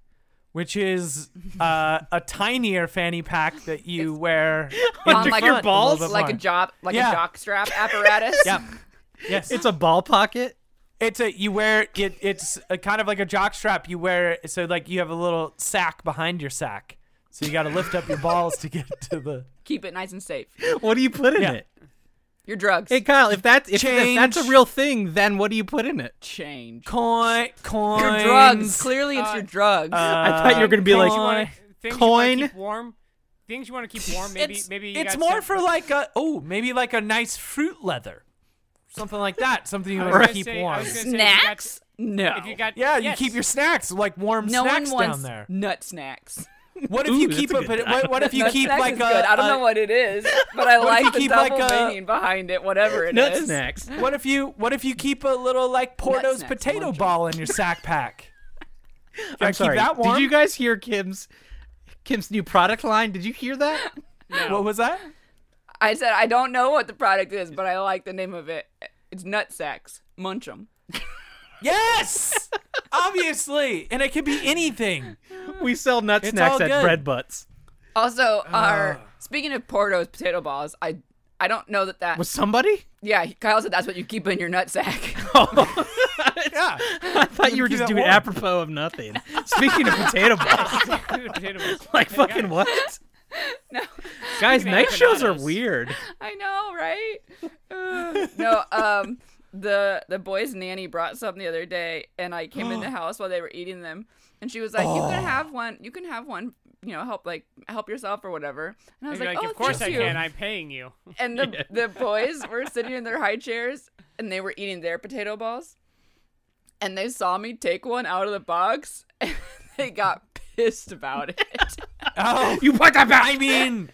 D: which is uh, a tinier fanny pack that you wear
B: On
D: in the
B: like
D: front
B: your
D: a little
B: balls?
D: bit
E: like
D: more.
E: a job, like
D: Yeah.
E: a jock strap apparatus.
D: Yep. Yes,
B: It's a ball pocket.
D: it's a you wear it. It's a kind of like a jock strap. You wear it so like you have a little sack behind your sack, so you got to lift up your balls to get to the
E: Keep it nice and safe.
B: What do you put in
D: Yeah.
B: it?
E: Your drugs.
B: Hey Kyle, if that's if, if that's
D: Change.
B: a real thing, then what do you put in it?
E: Change.
D: coin. Coin.
E: Your drugs. Clearly, it's
C: Uh,
E: your drugs.
B: I thought you were gonna be like,
C: Things you wanna- things
D: Coin.
C: you wanna
B: Coin.
C: keep warm. Things you want to keep warm. Maybe
D: it's,
C: maybe you
D: it's
C: got some-
D: more for like a oh maybe like a nice fruit leather, something like that. Something you
C: I was
D: want to
C: gonna
D: keep
C: say- I
D: warm.
C: was gonna say if you got-
E: Snacks? No.
C: If you got
D: Yeah,
C: yes.
D: you keep your snacks like warm
E: no
D: snacks
E: one wants
D: down there.
E: nut snacks.
D: What if
B: Ooh,
D: you
B: that's
D: keep
B: a
D: a,
B: good
D: bit- what, what if you
E: Nut
D: keep
E: snacks
D: like
E: is
D: a
E: good. I don't
D: a-
E: know what it is, but I like
D: you
E: the
D: keep, like,
E: double
D: a-
E: meaning behind it, whatever it is.
B: Nut snacks.
D: what if you what if you keep a little like Porto's
E: snacks,
D: potato
E: lunch.
D: ball in your sack pack?
B: I'm
D: keep
B: sorry.
D: that warm.
B: Did you guys hear Kim's Kim's new product line? Did you hear that?
D: What was that?
E: I said I don't know what the product is, but I like the name of it. It's nut sacks. Munch 'em.
D: Yes, obviously, and it could be anything.
B: We sell nut
D: It's
B: snacks
D: all
B: at
D: good.
B: bread butts.
E: Also, our
D: Ah.
E: speaking of Porto's potato balls, I I don't know that that
B: Was somebody?
E: yeah. Kyle said that's what you keep in your nut sack.
B: Oh,
D: Yeah,
B: I thought you were
D: Keep
B: just
D: that
B: doing
D: warm.
B: apropos of nothing. Speaking of potato balls,
C: Potato balls.
B: like
C: Hey,
B: fucking
C: guys,
B: what? Guys,
C: Speaking of
B: night shows are
C: empanadas.
B: weird.
E: I know, right? Uh, no, um, the the boys' nanny brought some the other day, and I came in the house while they were eating them, and she was like, "You
B: Oh.
E: can have one. You can have one. You know, help like help yourself or whatever." And I was
C: You're
E: like,
C: like,
E: "Oh,
C: of course I
E: thank you."
C: can. I'm paying you.
E: And the the boys were sitting in their high chairs, and they were eating their potato balls, and they saw me take one out of the box, and they got pissed about it.
D: Oh,
B: You put that back.
D: I mean,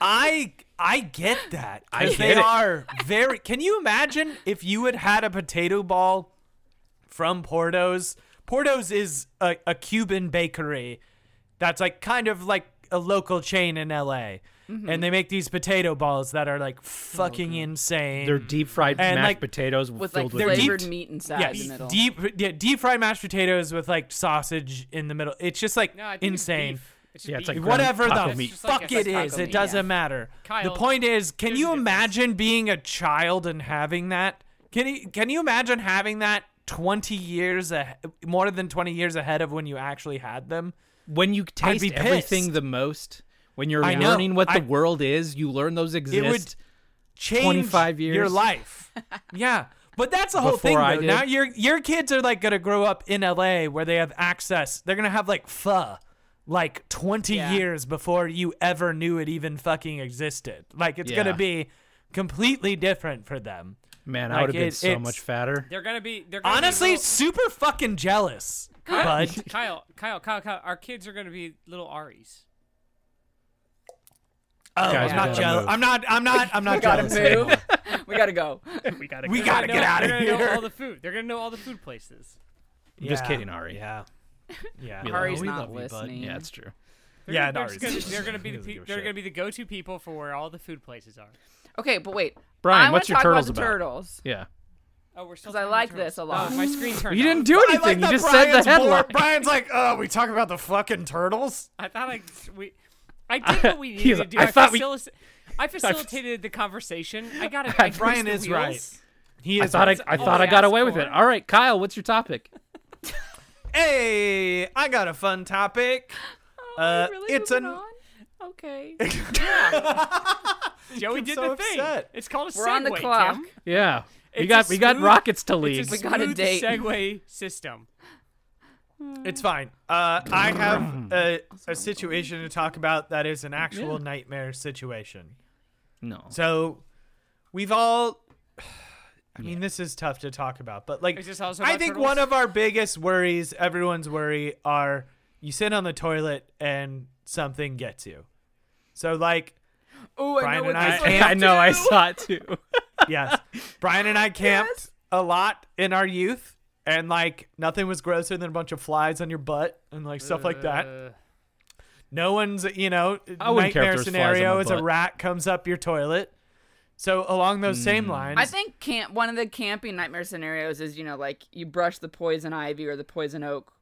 D: I I get that. 'cause
B: I get
D: they
B: it.
D: are very. Can you imagine if you had had a potato ball from Porto's? Porto's is a, a Cuban bakery that's like kind of like a local chain in LA.
C: Mm-hmm.
D: And they make these potato balls that are like fucking insane.
B: They're deep fried
D: And,
B: mashed
D: like,
B: potatoes
E: With like
B: filled with
D: they're
B: meat.
E: flavored
D: deep-
E: meat inside
D: yes,
E: the middle.
D: deep yeah, deep fried mashed potatoes with like sausage in the middle. It's just like
C: No, I think
D: insane.
C: It's, beef. it's just
B: Yeah, it's
C: beef.
B: like ground
D: whatever
B: taco
D: the
B: meat.
C: It's just like
D: fuck
C: a-
D: it
C: like
D: is,
E: taco
D: it
E: meat,
D: doesn't
E: yeah.
D: matter. the
C: Kyle,
D: point is, can
C: there's a
D: you
C: difference.
D: imagine being a child and having that? Can you can you imagine having that twenty years ahe- more than twenty years ahead of when you actually had them?
B: when you
D: I'd
B: taste
D: be
B: everything
D: pissed.
B: the most, when you're
D: I know.
B: learning what the
D: I-
B: world is, you learn those exist.
D: It would change
B: 25
D: your
B: years.
D: life. yeah. But that's the whole
B: Before
D: thing.
B: I
D: though.
B: did.
D: Now your your kids are like gonna grow up in LA where they have access. They're gonna have like pho like twenty
E: Yeah.
D: years before you ever knew it even fucking existed. Like it's
B: Yeah.
D: gonna be completely different for them.
B: Man, I
D: Like,
B: would have been
D: it-
B: so
D: it's-
B: much fatter.
C: They're gonna be. They're gonna be
D: Honestly,
C: little-
D: super fucking jealous.
C: Kyle,
D: Bud.
C: Kyle, Kyle, Kyle, Kyle, our kids are gonna be little Aries.
D: Oh,
B: Guys,
D: I'm
B: we
D: not
B: gotta
D: jealous.
B: move.
D: I'm not I'm not I'm
E: we
D: not
E: gotta
D: jealous. anymore.
E: move. we gotta go.
B: we gotta.
D: We gotta
C: They're
D: get
C: gonna
D: out
C: know-
D: of
C: They're gonna know all
D: here.
C: the food. They're gonna know all the food places.
B: Just
D: Yeah.
B: kidding, Ari. "Oh,
D: Yeah. Yeah.
B: We love
E: Ari's
B: you,
E: not
D: bud.
E: listening.
B: Yeah, it's true.
C: They're
D: Yeah,
C: gonna,
D: Aries.
C: they're, just gonna, they're gonna be
B: He
C: the
B: doesn't
C: pe-
B: give a
C: they're
B: shit.
C: gonna be the go-to people for where all the food places are.
E: Okay, but wait.
B: Brian,
E: I wanna
B: what's your
E: talk
B: turtles
E: about? The
B: about?
E: turtles.
B: Yeah.
C: Oh, we're still
E: 'Cause I
C: talking
E: like
C: turtles.
E: this a lot.
C: Oh, my screen turned.
B: You
C: off.
B: didn't do
D: I
B: anything.
D: that
B: you just said the
D: Brian's bored.
B: headline.
D: Brian's like, oh, we talk about the fucking turtles.
C: I thought I we. I did what we
B: He's
C: needed to
B: like,
C: do.
B: I
C: I,
B: thought we-
C: facilic- I facilitated the conversation. I got it. I greased
D: Brian
C: the
D: is right.
C: wheels.
D: He
B: I thought I, I thought I got
C: ass
B: away with it.
C: porn.
B: All right, Kyle, what's your topic?
D: Hey, I got a fun topic. Uh,
E: really
D: it's
E: moving
D: an-
E: on? Okay.
C: Joey
D: I'm
C: did
D: so
C: the thing.
D: upset.
C: It's called a
E: We're
C: segue.
E: on the clock.
C: Tim.
B: Yeah.
C: It's
B: we
C: a
B: got we got
C: smooth-
B: rockets to lead.
C: It's a
E: We got a
C: smooth
E: date.
C: segue system.
D: It's fine. Uh, I have a, a situation to talk about that is an actual nightmare situation.
B: no.
D: So we've all. I mean, this is tough to talk about, but like,
C: Is this also
D: I
C: about
D: think
C: turtles?
D: one of our biggest worries, everyone's worry, are you sit on the toilet and something gets you. So like,
E: Oh, I
D: Brian
E: know what
D: and
E: this
D: I-
E: one
B: I
E: is,
B: know. I
E: too.
B: saw it too.
D: yes. Brian and I camped a lot in our youth, and like nothing was grosser than a bunch of flies on your butt and like stuff like that.
C: Uh,
D: No one's, you know,
B: I wouldn't care if
D: nightmare
B: there's flies on my
D: scenario is a
B: butt.
D: rat comes up your toilet. So along those
B: Hmm.
D: same lines,
E: I think camp. One of the camping nightmare scenarios is you know like you brush the poison ivy or the poison oak.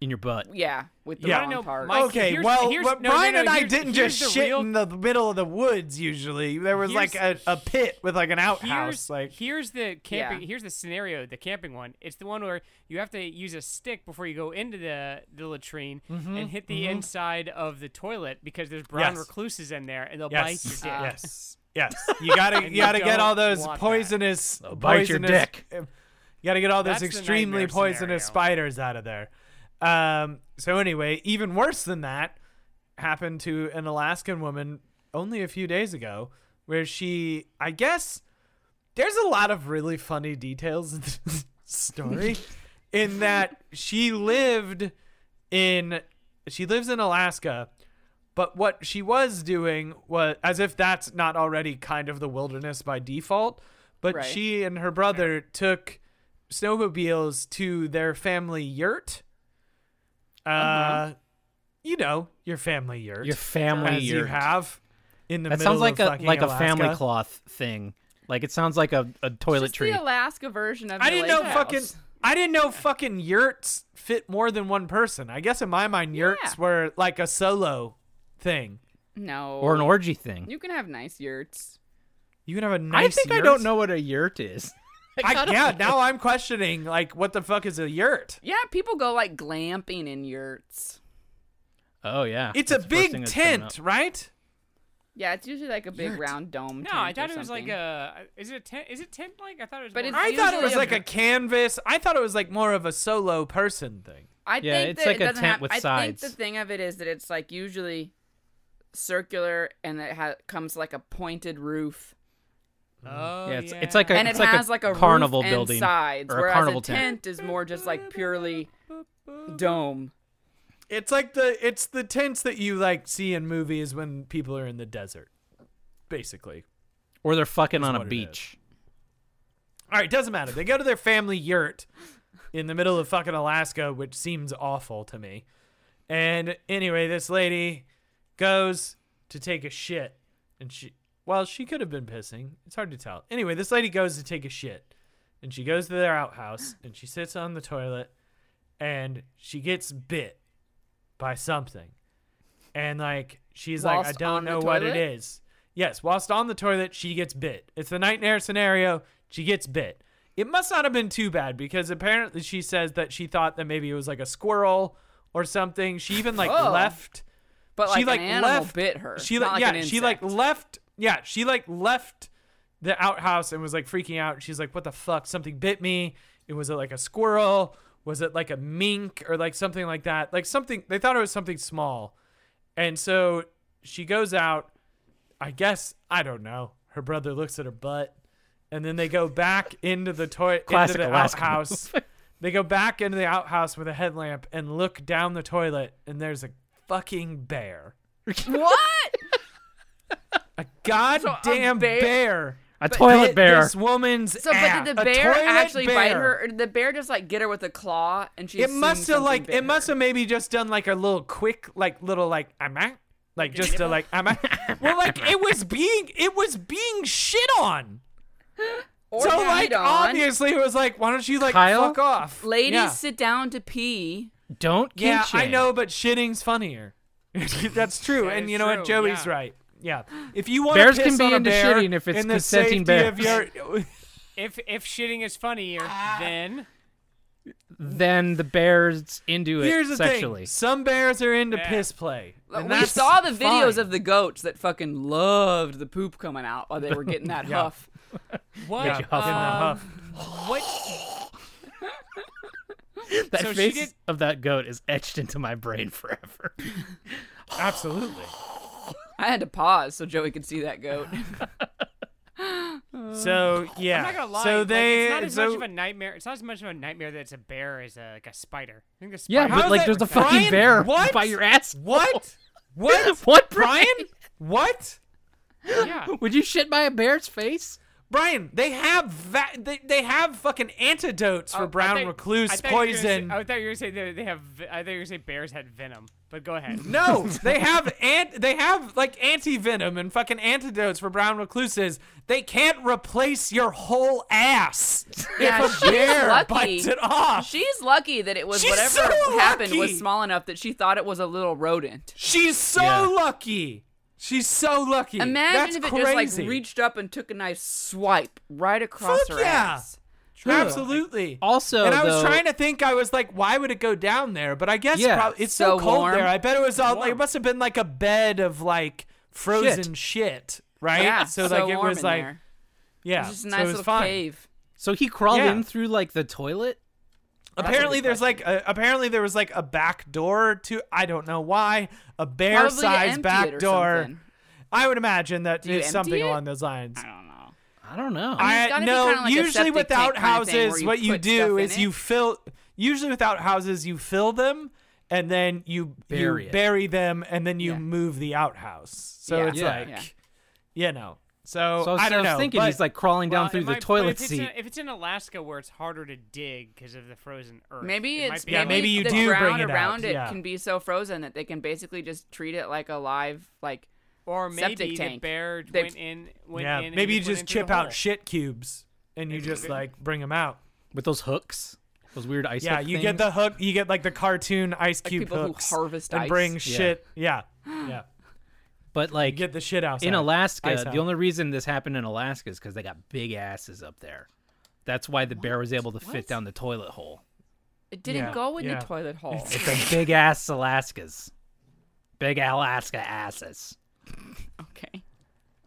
B: In your butt.
E: Yeah, with the
D: Yeah.
E: wrong
C: No,
E: part.
C: my- Mike,
D: okay,
C: here's-
D: well,
C: here's-
D: but
C: no, no,
D: Brian
C: no,
D: and I
C: here's-
D: didn't
C: here's
D: just
C: the
D: shit
C: real-
D: in the middle of the woods. Usually, there was like a,
C: Here's-
D: a pit with like an outhouse.
C: Here's,
D: Like,
C: here's the camping.
E: Yeah.
C: Here's the scenario. The camping one. It's the one where you have to use a stick before you go into the the latrine and hit the inside of the toilet because there's brown
D: Mm-hmm, Yes.
C: recluses in there and they'll bite your
D: yes,
C: dick.
D: yes, yes. You gotta, you
C: you
D: gotta get
C: don't
D: all those
C: want that.
D: poisonous,
B: bite your
D: poisonous- eh,
B: dick.
D: You gotta get all those
C: That's the
D: extremely
C: nightmare
D: poisonous
C: scenario.
D: spiders out of there. Um. So anyway, even worse than that happened to an Alaskan woman only a few days ago, where she, I guess, there's a lot of really funny details in this story in that she lived in she lives in Alaska but what she was doing was as if that's not already kind of the wilderness by default but
E: Right.
D: she and her brother took snowmobiles to their family yurt uh you know your family yurt
B: Your family.
D: as you
B: yurt.
D: have in the
B: That
D: middle
B: sounds like
D: of
B: a
D: fucking
B: like a
D: Alaska.
B: family cloth thing. Like it sounds like a, a
E: Just
B: Oh, toiletry.
E: the Alaska version of.
D: I
E: the
D: didn't know
E: lake
D: fucking.
E: house.
D: I didn't know fucking yurts fit more than one person. I guess in my mind, yurts
E: Yeah.
D: were like a solo thing.
E: No.
B: or an orgy thing.
E: You can have nice yurts.
D: You can have a nice.
B: I think I
D: yurt.
B: don't know what a yurt is.
D: I, yeah, now I'm questioning like what the fuck is a yurt?
E: Yeah, people go like glamping in yurts.
B: Oh yeah,
D: It's
B: That's
D: Oh, a
B: the first
D: big
B: thing that's coming
D: tent,
B: up.
D: right?
E: Yeah, it's usually like a big round dome.
C: No,
E: tent
C: I
E: or
C: thought it was like
E: something.
C: a. Is it a tent? Is it tent like? I thought it was.
E: But
C: more-
E: it's
D: I thought it
E: usually
D: was
E: a-
D: like a canvas. I thought it was like more of a solo person thing.
E: I
B: Yeah,
E: think
B: it's
E: that
B: like
E: it
B: a
E: doesn't
B: tent
E: have,
B: with
E: I think
B: sides.
E: the thing of it is that it's like usually circular and it ha- comes like a pointed roof.
C: Oh,
B: Yeah, it's, it's like a
E: and it
B: it's like
E: has
B: a
E: like a
B: carnival
E: roof
B: building
E: and sides,
B: or a
E: whereas
B: carnival
E: a tent is more just like purely dome.
D: It's like the it's the tents that you like see in movies when people are in the desert, basically.
B: or they're fucking on
D: what
B: a
D: it
B: beach.
D: All right, doesn't matter. They go to their family yurt in the middle of fucking Alaska, which seems awful to me. And anyway, this lady goes to take a shit, and she well, she could have been pissing. It's hard to tell. Anyway, this lady goes to take a shit, and she goes to their outhouse, and she sits on the toilet, and she gets bit by something, and like she's like, I
E: Whilst
D: don't
E: on the
D: know what it
E: toilet?
D: is is. Yes, whilst on the toilet, she gets bit. It's the nightmare scenario. She gets bit. It must not have been too bad because apparently she says that she thought that maybe it was like a squirrel or something. She even like
E: Oh.
D: left.
E: But like
D: she like
E: an animal
D: left.
E: bit her.
D: She
E: not
D: like,
E: like
D: yeah.
E: an insect.
D: she like left. Yeah. She like left the outhouse and was like freaking out. She's like, "What the fuck? Something bit me. It was it like a squirrel? Was it like a mink or like something like that? Like something. They thought it was something small." And so she goes out. I guess I don't know. Her brother looks at her butt, and then they go back into the toy into
B: Classic
D: the
B: Alaska
D: outhouse. they go back into the outhouse with a headlamp and look down the toilet, and there's a fucking bear,
E: what?
D: a goddamn
E: bear-
D: bear,
B: A toilet
D: bit
B: bear.
D: This woman's
E: So, but
D: ass.
E: did
D: A
E: the bear
D: toilet
E: actually bite
D: bear.
E: her, or did the bear just like get her with a claw and she?
D: It
E: assumed
D: must have
E: something
D: like
E: bit
D: it must
E: her?
D: have maybe just done like a little quick like little like I'm out. Like just to like I'm out. Well like it was being it was being shit on.
E: Or
D: so
E: peed
D: like
E: on.
D: obviously it was like why don't you like
B: Kyle?
D: fuck off.
E: ladies
D: yeah.
E: sit down to pee.
B: Don't
D: Yeah,
B: kink
D: I
B: shame.
D: know but shitting's funnier. That's true.
C: That
D: and
C: is
D: you know
C: true,
D: what Joey's
C: yeah.
D: right. Yeah. If you want
B: Bears
D: to
B: can
D: piss
B: be
D: on a
B: into
D: bear
B: shitting if it's
D: in the
B: consenting bear.
D: safety of your
C: if if shitting is funnier,
E: Ah.
C: then
B: Then the bears into it
D: Here's the
B: sexually.
D: thing. Some bears are into
C: Yeah.
D: piss play. And
E: we
D: that's
E: saw the videos
D: fine.
E: of the goats that fucking loved the poop coming out while they were getting that huff.
C: what?
B: Make you huff.
D: in the
C: um,
D: huff.
C: What?
B: That
C: So she
B: face
C: did-
B: of that goat is etched into my brain forever.
D: Absolutely.
E: I had to pause so Joey could see that goat.
D: So yeah.
C: I'm not gonna lie.
D: So
C: like,
D: they
C: it's not as
D: so
C: much of a nightmare. It's not as much of a nightmare that it's a bear as a, like a spider. I think the
B: Yeah,
C: spider
D: How
B: but
D: is
B: like
D: that-
B: there's a
D: Brian,
B: fucking bear
D: what?
B: by your ass.
D: what? What?
B: What,
D: Brian?
B: Brian?
D: What?
C: yeah.
B: Would you shit by a bear's face?
D: Brian, they have va- they, they have fucking antidotes for
C: Oh, I
D: brown
C: thought- I
D: recluse
C: thought you were gonna say- oh.
D: poison.
C: I thought you were gonna say they, they have. ve- I thought you were gonna say bears had venom. But go ahead.
D: no, they have ant they have like anti venom and fucking antidotes for brown recluses. They can't replace your whole ass
E: Yeah,
D: if a
E: she's
D: bear
E: lucky.
D: bites it off.
E: She's lucky that it was
D: She's
E: whatever
D: so
E: happened
D: lucky.
E: was small enough that she thought it was a little rodent.
D: She's so
B: Yeah.
D: lucky. She's so lucky. That's
E: Imagine if it
D: crazy.
E: just like reached up and took a nice swipe right across
D: Fuck
E: her
D: yeah.
E: ass.
D: Absolutely.
B: Also,
D: and I was
B: though-
D: trying to think. I was like, why would it go down there? But I guess
B: Yeah.
D: prob- it's so,
E: So
D: cold
E: warm.
D: there. I bet it was all. Like, it
C: Warm.
D: must have been like a bed of like frozen shit, right?
E: Yeah,
D: So like it
E: warm
D: was
E: in
D: like
E: there.
D: yeah,
E: It's just a
D: so
E: nice
D: it was
E: little
D: fine.
E: cave.
B: So he crawled
D: Yeah.
B: in through like the toilet.
D: Apparently there's like a, apparently there was like a back door to I don't know why a bear
E: Probably to
D: size
E: empty
D: back
E: it or
D: door.
E: something.
D: I would imagine that
E: you
D: it's
E: empty
D: something
E: it?
D: along those lines.
E: I don't know.
B: I don't know.
E: mean, it's
D: I
E: gotta be
D: no.
E: kinda like a
D: usually
E: septic
D: with
E: tank kinda
D: outhouses,
E: thing where you
D: what you
E: put stuff
D: do
E: in
D: is
E: it.
D: you fill. Usually with outhouses, you fill them and then you
B: Bury
D: you
B: it.
D: bury them and then you
E: Yeah.
D: move the outhouse. So
E: Yeah.
D: it's
B: Yeah.
D: like,
E: Yeah.
D: you know. So,
B: so I was,
D: I don't
B: was
D: know.
B: thinking
D: but
B: he's like crawling down
C: Well, it
B: through the
C: might- but
B: toilet
C: if it's
B: seat.
C: In, if it's in Alaska where it's harder to dig because of the frozen earth,
E: Maybe
C: it might
E: it's
C: be
E: maybe,
D: Yeah, maybe you
E: the
D: do bring
E: ground
D: it out,
E: around it
D: yeah.
E: can be so frozen that they can basically just treat it like a live like
C: or
E: septic
C: maybe the
E: tank.
C: bear
E: They-
C: went in. Went
D: yeah,
C: in and
D: maybe you
C: went in
D: just
C: through the
D: chip out
C: hole.
D: shit cubes and you just like bring them out.
B: with those hooks, those weird ice.
D: Yeah,
B: hook
D: you
B: things.
D: get the hook. You get like the cartoon ice cube
E: people who
D: hooks
E: harvest
D: and
E: ice.
D: bring
E: Yeah.
D: shit. Yeah, yeah.
B: but
D: You
B: like
D: get the shit outside
B: in
D: Ice
B: Alaska,
D: out.
B: the only reason this happened in Alaska is because they got big asses up there. That's why the bear was able to fit down the toilet hole.
E: it didn't
D: Yeah,
E: go in
D: yeah.
E: the toilet hole.
B: It's a big ass Alaskas, big Alaska asses.
E: okay.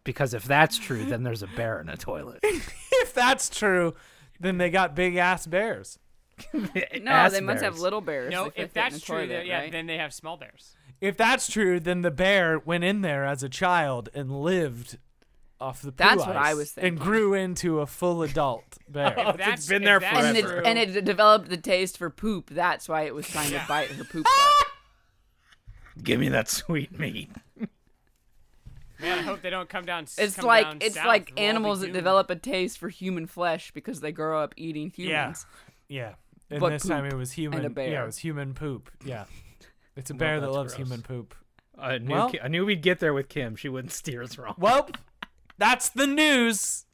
B: Because if that's true, then there's a bear in a toilet.
D: if that's true, then they got big ass bears.
E: No,
B: Ass
E: they must have
B: bears.
E: little bears.
C: No,
E: they fit
C: if
E: in the
C: that's true,
E: toilet,
C: then- yeah,
E: right?
C: then they have small bears.
D: If that's true, then the bear went in there as a child and lived off the poo
E: That's what
D: ice
E: I was
D: And
E: thinking.
D: grew into a full adult bear.
C: If
B: it's
C: that's-
B: been
C: if
B: there
C: that's
E: and, it,
C: true-
B: forever.
E: and it developed the taste for poop. That's why it was trying to bite her poop.
B: Give me that sweet meat.
C: Man, I hope they don't come down. s-
E: It's
C: come
E: like
C: down
E: it's
C: south.
E: like
C: We'll all be
E: animals that
C: doomed.
E: develop a taste for human flesh because they grow up eating
D: yeah.
E: humans.
D: Yeah. And
E: But
D: this time
E: poop
D: it was human.
E: and a
D: Yeah,
E: bear.
D: it was human poop. Yeah. It's a
B: Well,
D: bear that
B: that's
D: loves
B: gross.
D: human poop.
B: I knew,
D: Well-
B: Ki- I knew we'd get there with Kim. She wouldn't steer us wrong.
D: Well, that's the news.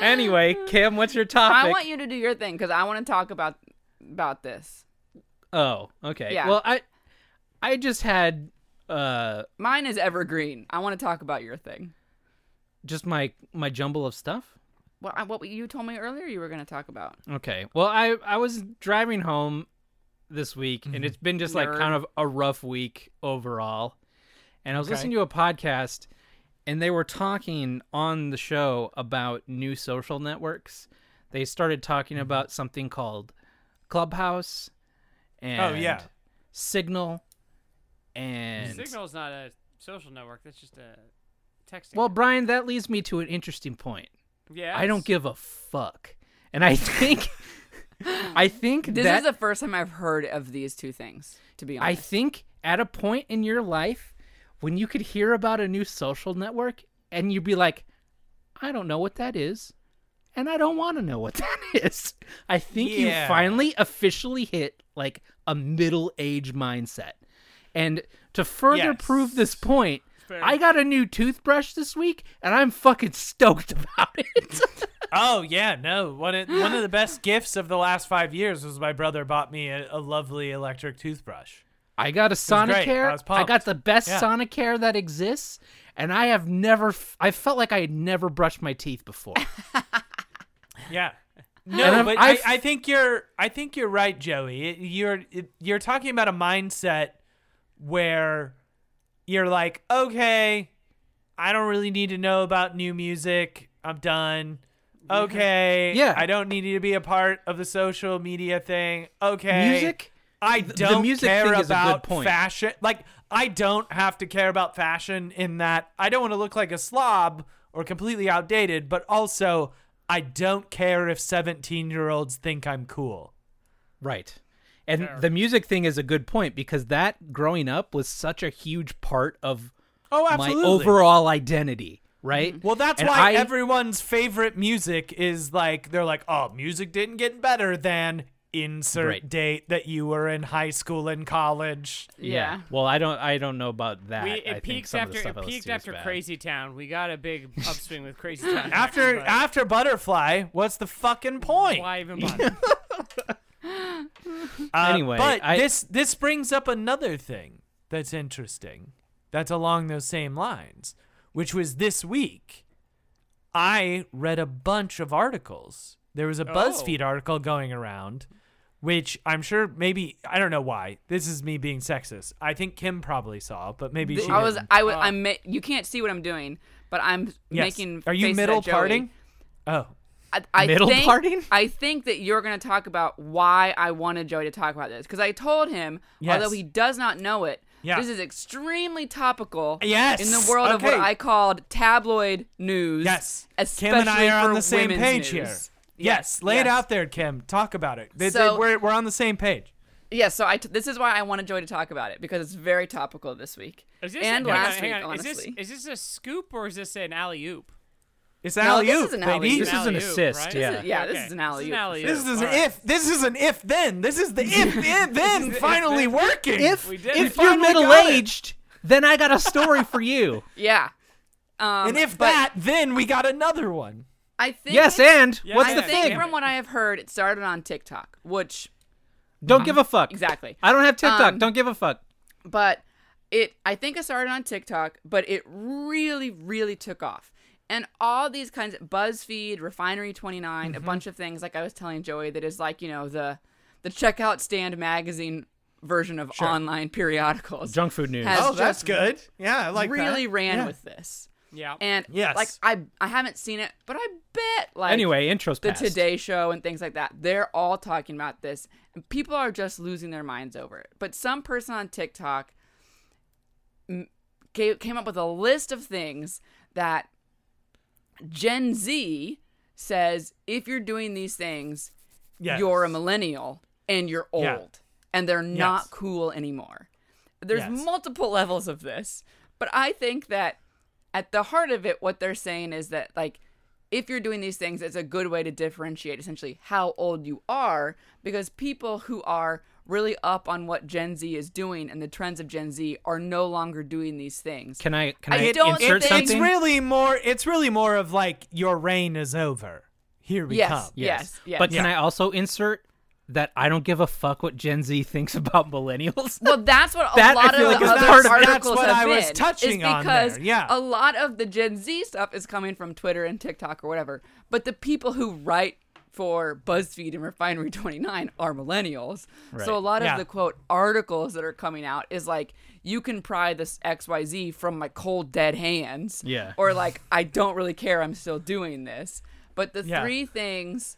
B: Anyway, Kim, what's your topic?
E: I want you to do your thing because I want to talk about about this.
B: oh, okay.
E: Yeah.
B: Well, I I just had uh
E: Mine is evergreen. I want to talk about your thing.
B: just my my jumble of stuff.
E: What I- what you told me earlier you were going to talk about.
B: Okay. Well, I I was driving home this week,
D: Mm-hmm.
B: and it's been just like
E: Nerd.
B: kind of a rough week overall. And I was
D: Okay.
B: listening to a podcast, and they were talking on the show about new social networks. They started talking
D: Mm-hmm.
B: about something called Clubhouse, and
D: Oh, yeah.
B: Signal, and
C: Signal's not a social network. That's just a texting.
B: well, Brian, that leads me to an interesting point.
C: yeah,
B: I don't give a fuck, and I think. I think
E: This
B: that
E: is the first time I've heard of these two things. To be
B: I
E: honest,
B: think at a point in your life when you could hear about a new social network and you'd be like, I don't know what that is. And I don't want to know what that is. I think
D: Yeah.
B: you finally officially hit like a middle age mindset. And to further
D: Yes.
B: prove this point,
C: Fair.
B: I got a new toothbrush this week and I'm fucking stoked about it.
D: Oh yeah, no. One of, one of the best gifts of the last five years was my brother bought me a, a lovely electric toothbrush.
B: I got a
D: great. I
B: Sonicare.
D: was
B: I,
D: pumped.
B: got the best
D: Yeah.
B: Sonicare that exists, and I have never. F- I felt like I had never brushed my teeth before.
D: Yeah.
B: And
D: No,
B: I'm-
D: but I,
B: I've-
D: I think you're I think you're right, Joey. It- You're it- you're talking about a mindset where you're like, okay, I don't really need to know about new music. I'm done. Okay.
B: Yeah.
D: I don't need to be a part of the social media thing. Okay.
B: Music.
D: I
B: the
D: don't
B: music
D: care
B: thing
D: about
B: is a good point.
D: fashion. Like I don't have to care about fashion in that I don't want to look like a slob or completely outdated, but also I don't care if 17-year-olds think I'm cool.
B: Right. And the music thing is a good point because that growing up was such a huge part of
D: Oh,
B: my
D: absolutely. Mm-hmm.
B: overall identity, right?
D: well, that's
B: And
D: why
B: I-
D: everyone's favorite music is like they're like, "Oh, music didn't get better than insert
B: Right.
D: date that you were in high school and college."
E: yeah.
B: Well, I don't. I don't know about that.
C: We,
B: I
C: it
B: think
C: peaked
B: some of
C: after
B: the stuff I
C: it
B: listened
C: peaked
B: to is
C: after
B: bad.
C: Crazy Town. We got a big upswing with Crazy Town.
D: After
C: but
D: after butterfly, what's the fucking point?
C: why even bother?
D: Uh,
B: Anyway,
D: but
B: I-
D: this this brings up another thing that's interesting. That's along those same lines, which was this week. I read a bunch of articles. There was a BuzzFeed
E: Oh.
D: article going around, which I'm sure maybe I don't know why. This is me being sexist. I think Kim probably saw, but maybe she.
E: I was
D: didn't.
E: I was I'm ma- you can't see what I'm doing, but I'm
D: Yes.
E: making.
D: Are you
E: faces at
D: middle
E: Joey.
D: parting? Oh,
E: I, I
B: Middle
E: think,
B: parting?
E: I think that you're going to talk about why I wanted Joey to talk about this because I told him,
D: Yes.
E: although he does not know it,
D: Yeah.
E: this is extremely topical.
D: Yes.
E: in the world of what
D: Okay.
E: I called tabloid news.
D: yes.
E: especially
D: Kim and I are
E: for
D: on the same
E: women's
D: page here.
E: news.
D: Yes, lay it
E: yes.
D: out there, Kim. Talk about it. They- they-
E: So-
D: we're we're on the same page.
E: Yeah, so I t- this is why I wanted Joey to talk about it because it's very topical this week
C: Is this
E: and
C: a,
E: last
C: hang on, hang
E: week.
C: on.
E: honestly,
C: Is this, is this a scoop or is this an alley oop?
D: It's
E: No,
D: alley
E: this
D: oop,
E: is an
D: baby.
E: alley-oop.
B: This is an assist,
C: Right?
B: yeah. This
E: is- yeah, this is an alley-oop for
C: alley-oop.
D: This is
C: All
D: an
C: right.
D: if. This is an if then. This is the if, if then finally working.
B: If
C: We did it.
B: if
D: We
B: you're
D: finally got it.
B: middle aged, then I got a story for you.
E: yeah. Um,
D: and if
E: but
D: that, then we got another one.
E: I think
B: yes,
E: it's-
B: and what's
E: I
B: the
E: think
B: thing?
E: from what I have heard, it started on TikTok, which
B: Don't give a fuck.
E: Um, exactly.
B: I don't have TikTok.
E: Um,
B: don't give a fuck.
E: but it I think it started on TikTok, but it really, really took off. And all these kinds of BuzzFeed, Refinery 29,
C: Mm-hmm.
E: a bunch of things like I was telling Joey that is like, you know, the the checkout stand magazine version of online periodicals
B: Junk food news.
E: Has-
D: Oh,
E: just
D: that's good. Yeah, I like that.
E: really ran
D: Yeah.
E: with this.
C: Yeah.
E: And
D: Yes.
E: like I I haven't seen it, but I bet like
B: anyway, intros
E: the
B: past.
E: Today Show and things like that. They're all talking about this. And people are just losing their minds over it. But some person on TikTok m- gave, came up with a list of things that Gen Z says if you're doing these things,
D: Yes.
E: you're a millennial and you're old
D: Yeah.
E: and they're not
D: Yes.
E: cool anymore. There's
D: Yes.
E: multiple levels of this, but I think that at the heart of it what they're saying is that like if you're doing these things it's a good way to differentiate essentially how old you are because people who are really up on what Gen Z is doing and the trends of Gen Z are no longer doing these things.
B: Can I can
E: I
B: I,
E: don't
B: insert
E: think-
B: something?
D: It's really more. It's really more of like your reign is over. Here we
E: Yes.
D: come.
E: Yes, yes.
B: But can
D: Yeah.
B: I also insert that I don't give a fuck what Gen Z thinks about millennials?
E: Well, that's what
B: That,
E: a
B: I
E: lot
B: feel
E: of
B: like,
E: the
B: is
E: other
B: part of it.
E: articles
D: That's what
E: have
D: I was
E: been,
D: touching
E: is
D: on
E: because
D: there, yeah.
E: a lot of the Gen Z stuff is coming from Twitter and TikTok or whatever. But the people who write for BuzzFeed and Refinery 29 are millennials. So a lot of
D: Yeah.
E: the quote articles that are coming out is like you can pry this XYZ from my cold dead hands.
B: Yeah.
E: Or like I don't really care I'm still doing this. But the
D: Yeah.
E: three things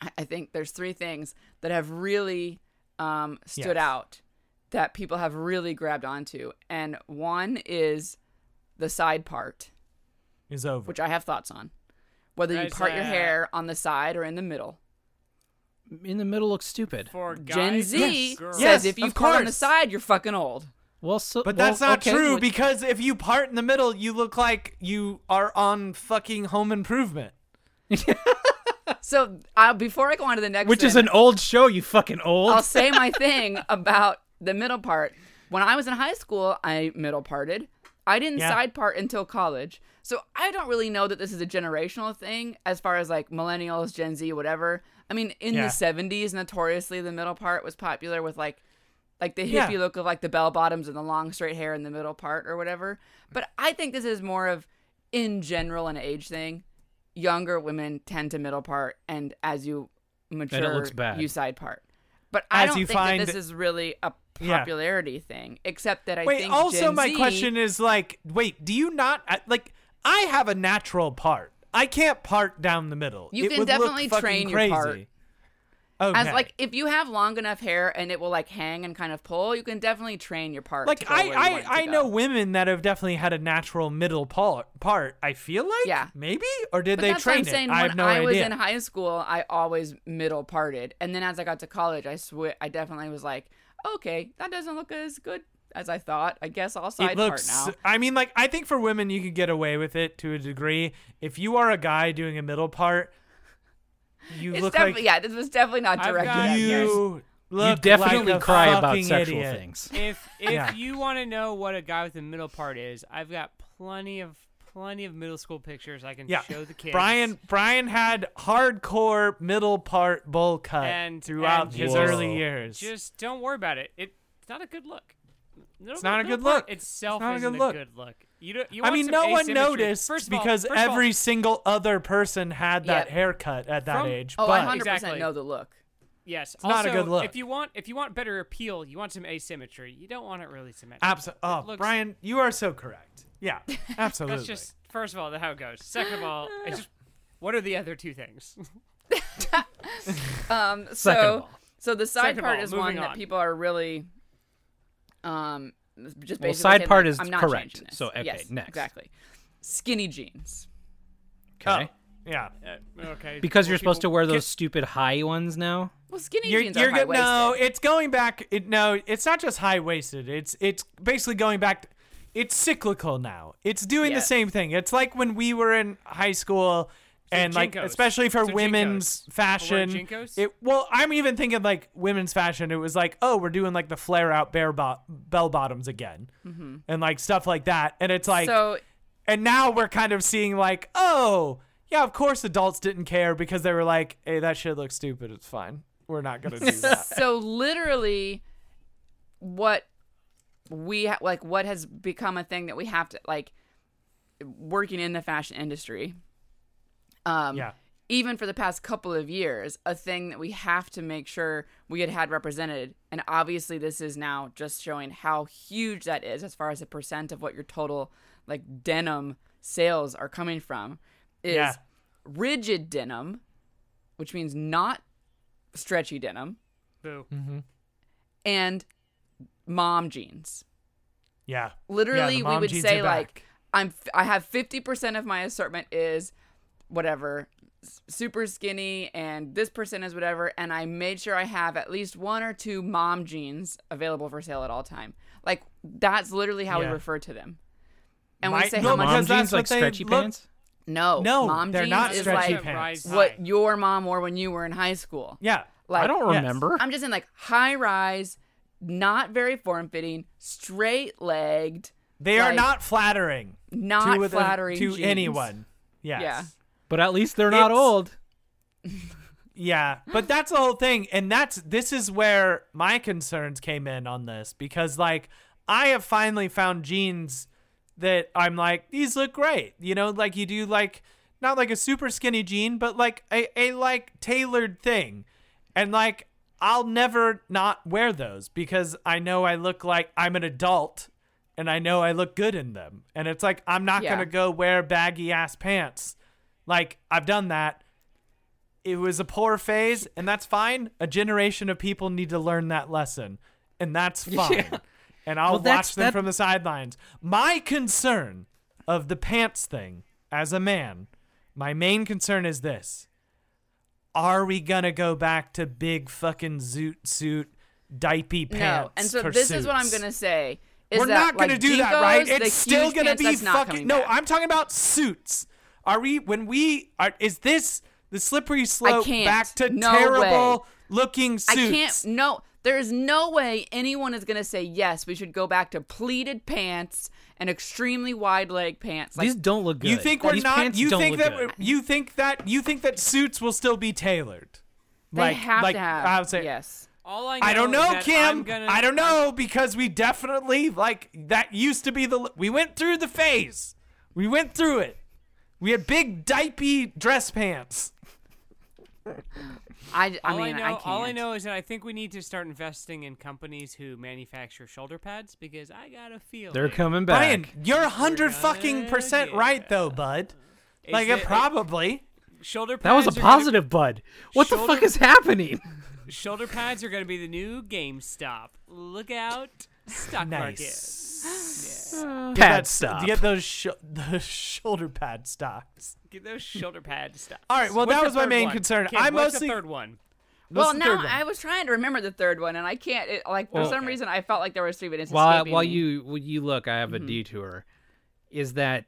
E: I- I think there's three things that have really um, stood
D: Yes.
E: out that people have really grabbed onto, and one is the side part,
D: Is over.
E: which I have thoughts on. Whether you
C: Guys,
E: part your
C: uh,
E: hair on the side or in the middle,
B: In the middle looks stupid.
C: For guys
E: Gen
C: and
E: Z
C: girls.
E: says
D: Yes,
E: if you
D: of
E: part on the
D: course.
E: side, you're fucking old.
B: Well, so
D: but
B: well,
D: that's not
B: okay,
D: true
B: which-
D: because if you part in the middle, you look like you are on fucking Home Improvement.
E: So uh, before I go on to the next,
B: which is
E: thing,
B: an old show, you fucking old.
E: I'll say my thing about the middle part. When I was in high school, I middle parted. I didn't
D: Yeah.
E: side part until college. So I don't really know that this is a generational thing as far as like millennials, Gen Z, whatever. I mean, in
D: Yeah.
E: the 70s, notoriously the middle part was popular with like like the
D: Yeah.
E: hippie look of like the bell bottoms and the long straight hair in the middle part or whatever. But I think this is more of in general an age thing. Younger women tend to middle part and as you mature
B: looks bad.
E: you side part. But I
D: As
E: don't
D: you
E: think that
D: find-
E: this is really a
D: Yeah.
E: popularity thing, except that I
D: wait,
E: think
D: also
E: Gen
D: my
E: Z-
D: question is like, wait, do you not I- like? I have a natural part. I can't part down the middle.
E: You
D: It
E: can
D: would look
E: definitely
D: fucking
E: train your
D: crazy.
E: part.
D: Okay.
E: As like if you have long enough hair and it will like hang and kind of pull, you can definitely train your part. to
D: like
E: go
D: I
E: where you want
D: I,
E: it to
D: I
E: go.
D: know women that have definitely had a natural middle part. Part I feel like
E: Yeah.
D: maybe or did
E: But
D: they
E: that's what
D: train
E: I'm saying.
D: it? I
E: when
D: have no
E: I
D: idea.
E: was in high school, I always middle parted, and then as I got to college, I sw- I definitely was like, okay, that doesn't look as good as I thought. I guess I'll side
D: it looks.
E: part now.
D: I mean, like I think for women you could get away with it to a degree. If you are a guy doing a middle part, you
E: It's
D: look
E: definitely
D: like
E: yeah. This was definitely not
C: I've
E: directed
C: got-
E: at me.
D: you.
B: you
D: Look
B: definitely
D: like a
B: cry about
D: fucking
B: sexual
D: idiot.
B: things.
C: if if
D: Yeah.
C: you want to know what a guy with a middle part is, I've got plenty of plenty of middle school pictures I can
D: Yeah,
C: show the kids.
D: Brian Brian had hardcore middle part bowl cut
C: And-
D: throughout
C: and
D: his
B: just-
D: early years.
C: just don't worry about it. It it's not a good look. Middle-
D: It's not a
C: middle
D: good
C: part
D: look.
C: Itself
D: It's not a
C: isn't
D: good look.
C: a good look. You don't. You
D: I
C: want
D: mean,
C: some
D: no one
C: asymmetry.
D: noticed
C: first of all-
D: because
C: first of all,
D: every single other person had that
E: Yep.
D: haircut at that
C: From-
D: age.
E: Oh, I
D: but
E: hundred percent
C: Exactly.
E: know the look.
C: yes, it's also,
D: not a good look.
C: If you want if you want better appeal, you want some asymmetry. You don't want it really symmetric.
D: absolutely, oh,
C: It looks-
D: Brian, you are so correct. Yeah, absolutely.
C: That's just first of all how it goes. Second of all, it's just what are the other two things?
E: Um, so
B: Second
D: Oh.
B: of all.
E: so the side
C: Second of
E: part
C: all,
E: is one
C: moving
E: that
C: on.
E: people are really, um, just basically
B: Well, side
E: saying,
B: part
E: like,
B: is
E: I'm not
B: correct.
E: changing this."
B: So, okay,
E: Yes,
B: next.
E: exactly. Skinny jeans.
D: Oh,
B: Okay.
D: yeah.
C: Uh, okay.
B: Because
C: well,
B: you're supposed to
C: people-
B: wear those stupid high ones now.
E: Well, skinny
D: You're,
E: jeans
D: you're
E: are high
D: good.
E: waisted.
D: No, it's going back. It, no, it's not just high waisted. It's it's basically going back. It's cyclical now. It's doing
E: Yeah.
D: the same thing. It's like when we were in high school, and like
C: JNCOs.
D: especially for
C: So
D: women's
C: JNCOs.
D: fashion.
C: We're wearing JNCOs?
D: It well, I'm even thinking like women's fashion. It was like, oh, we're doing like the flare out bare bo- bell bottoms again, and like stuff like that. And it's like
E: Mm-hmm. so
D: and now we're kind of seeing like, oh, yeah, of course adults didn't care because they were like, hey, that shit looks stupid. It's fine. We're not gonna do that.
E: so literally, what we ha- like what has become a thing that we have to like working in the fashion industry. Um,
D: yeah.
E: even for the past couple of years, a thing that we have to make sure we had had represented. And obviously, this is now just showing how huge that is as far as a percent of what your total like denim sales are coming from. Is
D: Yeah.
E: rigid denim, which means not stretchy denim,
C: Boo.
E: and mom jeans.
D: Yeah.
E: Literally,
D: the
E: we
D: mom
E: would
D: jeans
E: say
D: are back.
E: like I'm I have 50% of my assortment is whatever s- super skinny and this percent is whatever and I made sure I have at least one or two mom jeans available for sale at all time. Like that's literally how
D: Yeah.
E: we refer to them. And
D: My-
E: we say
D: no,
E: how
D: mom
E: much
B: Mom
D: Because that's
B: jeans like
D: what they
B: stretchy
D: look-
B: pants.
E: no,
D: No,
E: mom
D: they're
E: jeans
D: not
E: is
D: stretchy
E: like
D: pants.
E: what your mom wore when you were in high school.
D: Yeah.
E: Like
B: I don't
D: Yes.
B: remember.
E: I'm just saying like high rise, not very form fitting, straight legged,
D: They are
E: Like,
D: not flattering.
E: not
D: to, the-
E: flattering
D: to
E: jeans.
D: anyone. Yes.
E: Yeah.
B: But at least they're not
D: It's-
B: old.
D: Yeah, but that's the whole thing, and that's this is where my concerns came in on this because like I have finally found jeans that I'm like these look great, you know, like you do like not like a super skinny jean, but like a, a like tailored thing, and like I'll never not wear those because I know I look like I'm an adult, and I know I look good in them, and it's like I'm not
E: Yeah.
D: gonna go wear baggy ass pants, like I've done that it was a poor phase and that's fine a generation of people need to learn that lesson and that's fine and i'll
B: Well, that's-
D: watch them
B: that-
D: from the sidelines my concern of the pants thing as a man my main concern is this are we gonna go back to big fucking zoot suit diapy pants
E: No, and so this is what I'm
D: pursuits?
E: gonna say. Is
D: We're
E: that,
D: not
E: going
D: gonna
E: to
D: do that, right? It's still gonna be fucking. No, I'm talking about suits. Are we? When we are? Is this the slippery slope
E: can't.
D: back to
E: No
D: terrible
E: way.
D: looking suits?
E: I can't. No, there is no way anyone is going to say yes. We should go back to pleated pants and extremely wide leg pants. Like
B: These don't look good.
D: You think we're
B: These
D: not?
B: Pants
D: You
B: don't
D: think
B: look
D: that?
B: good.
D: You think that? You think that suits will still be tailored?
E: they
D: like,
E: have
D: like
E: to have.
D: I would say,
E: yes.
C: All I know
D: I don't
C: is
D: know,
C: that
D: Kim.
C: I'm gonna-
D: I don't know because we definitely like that used to be the we went through the phase. We went through it. We had big diapy dress pants.
E: I, I
C: all
E: mean,
C: know,
E: I can't.
C: all I know is that I think we need to start investing in companies who manufacture shoulder pads because I got a feeling
B: They're coming back.
D: Brian, you're a hundred
C: We're
D: fucking
C: gonna
D: percent
C: get
D: right though, bud.
C: Is
D: Like
C: that-
D: it probably.
C: shoulder
B: that
C: pads
B: was a
C: are gonna-
B: positive, bud. What the
C: Shoulder-
B: fuck is happening?
C: shoulder pads are going to be the new GameStop. Look out, stock
D: Nice.
C: market. Yeah.
B: Pad
D: That's-
B: stop.
D: Get those sh- the shoulder pad stocks.
C: Get those shoulder pad stuff.
D: All right, well, that was my main concern.
C: Kim,
D: I
C: what's
D: mostly-
C: the third one.
E: well,
D: What's the third
E: now
D: one?
E: I was trying to remember the third one, and I can't. It, like for
B: Well-
E: some reason, I felt like there was three, but it's
B: while
E: escaping
B: while
E: me.
B: you while you look, I have a detour. Is that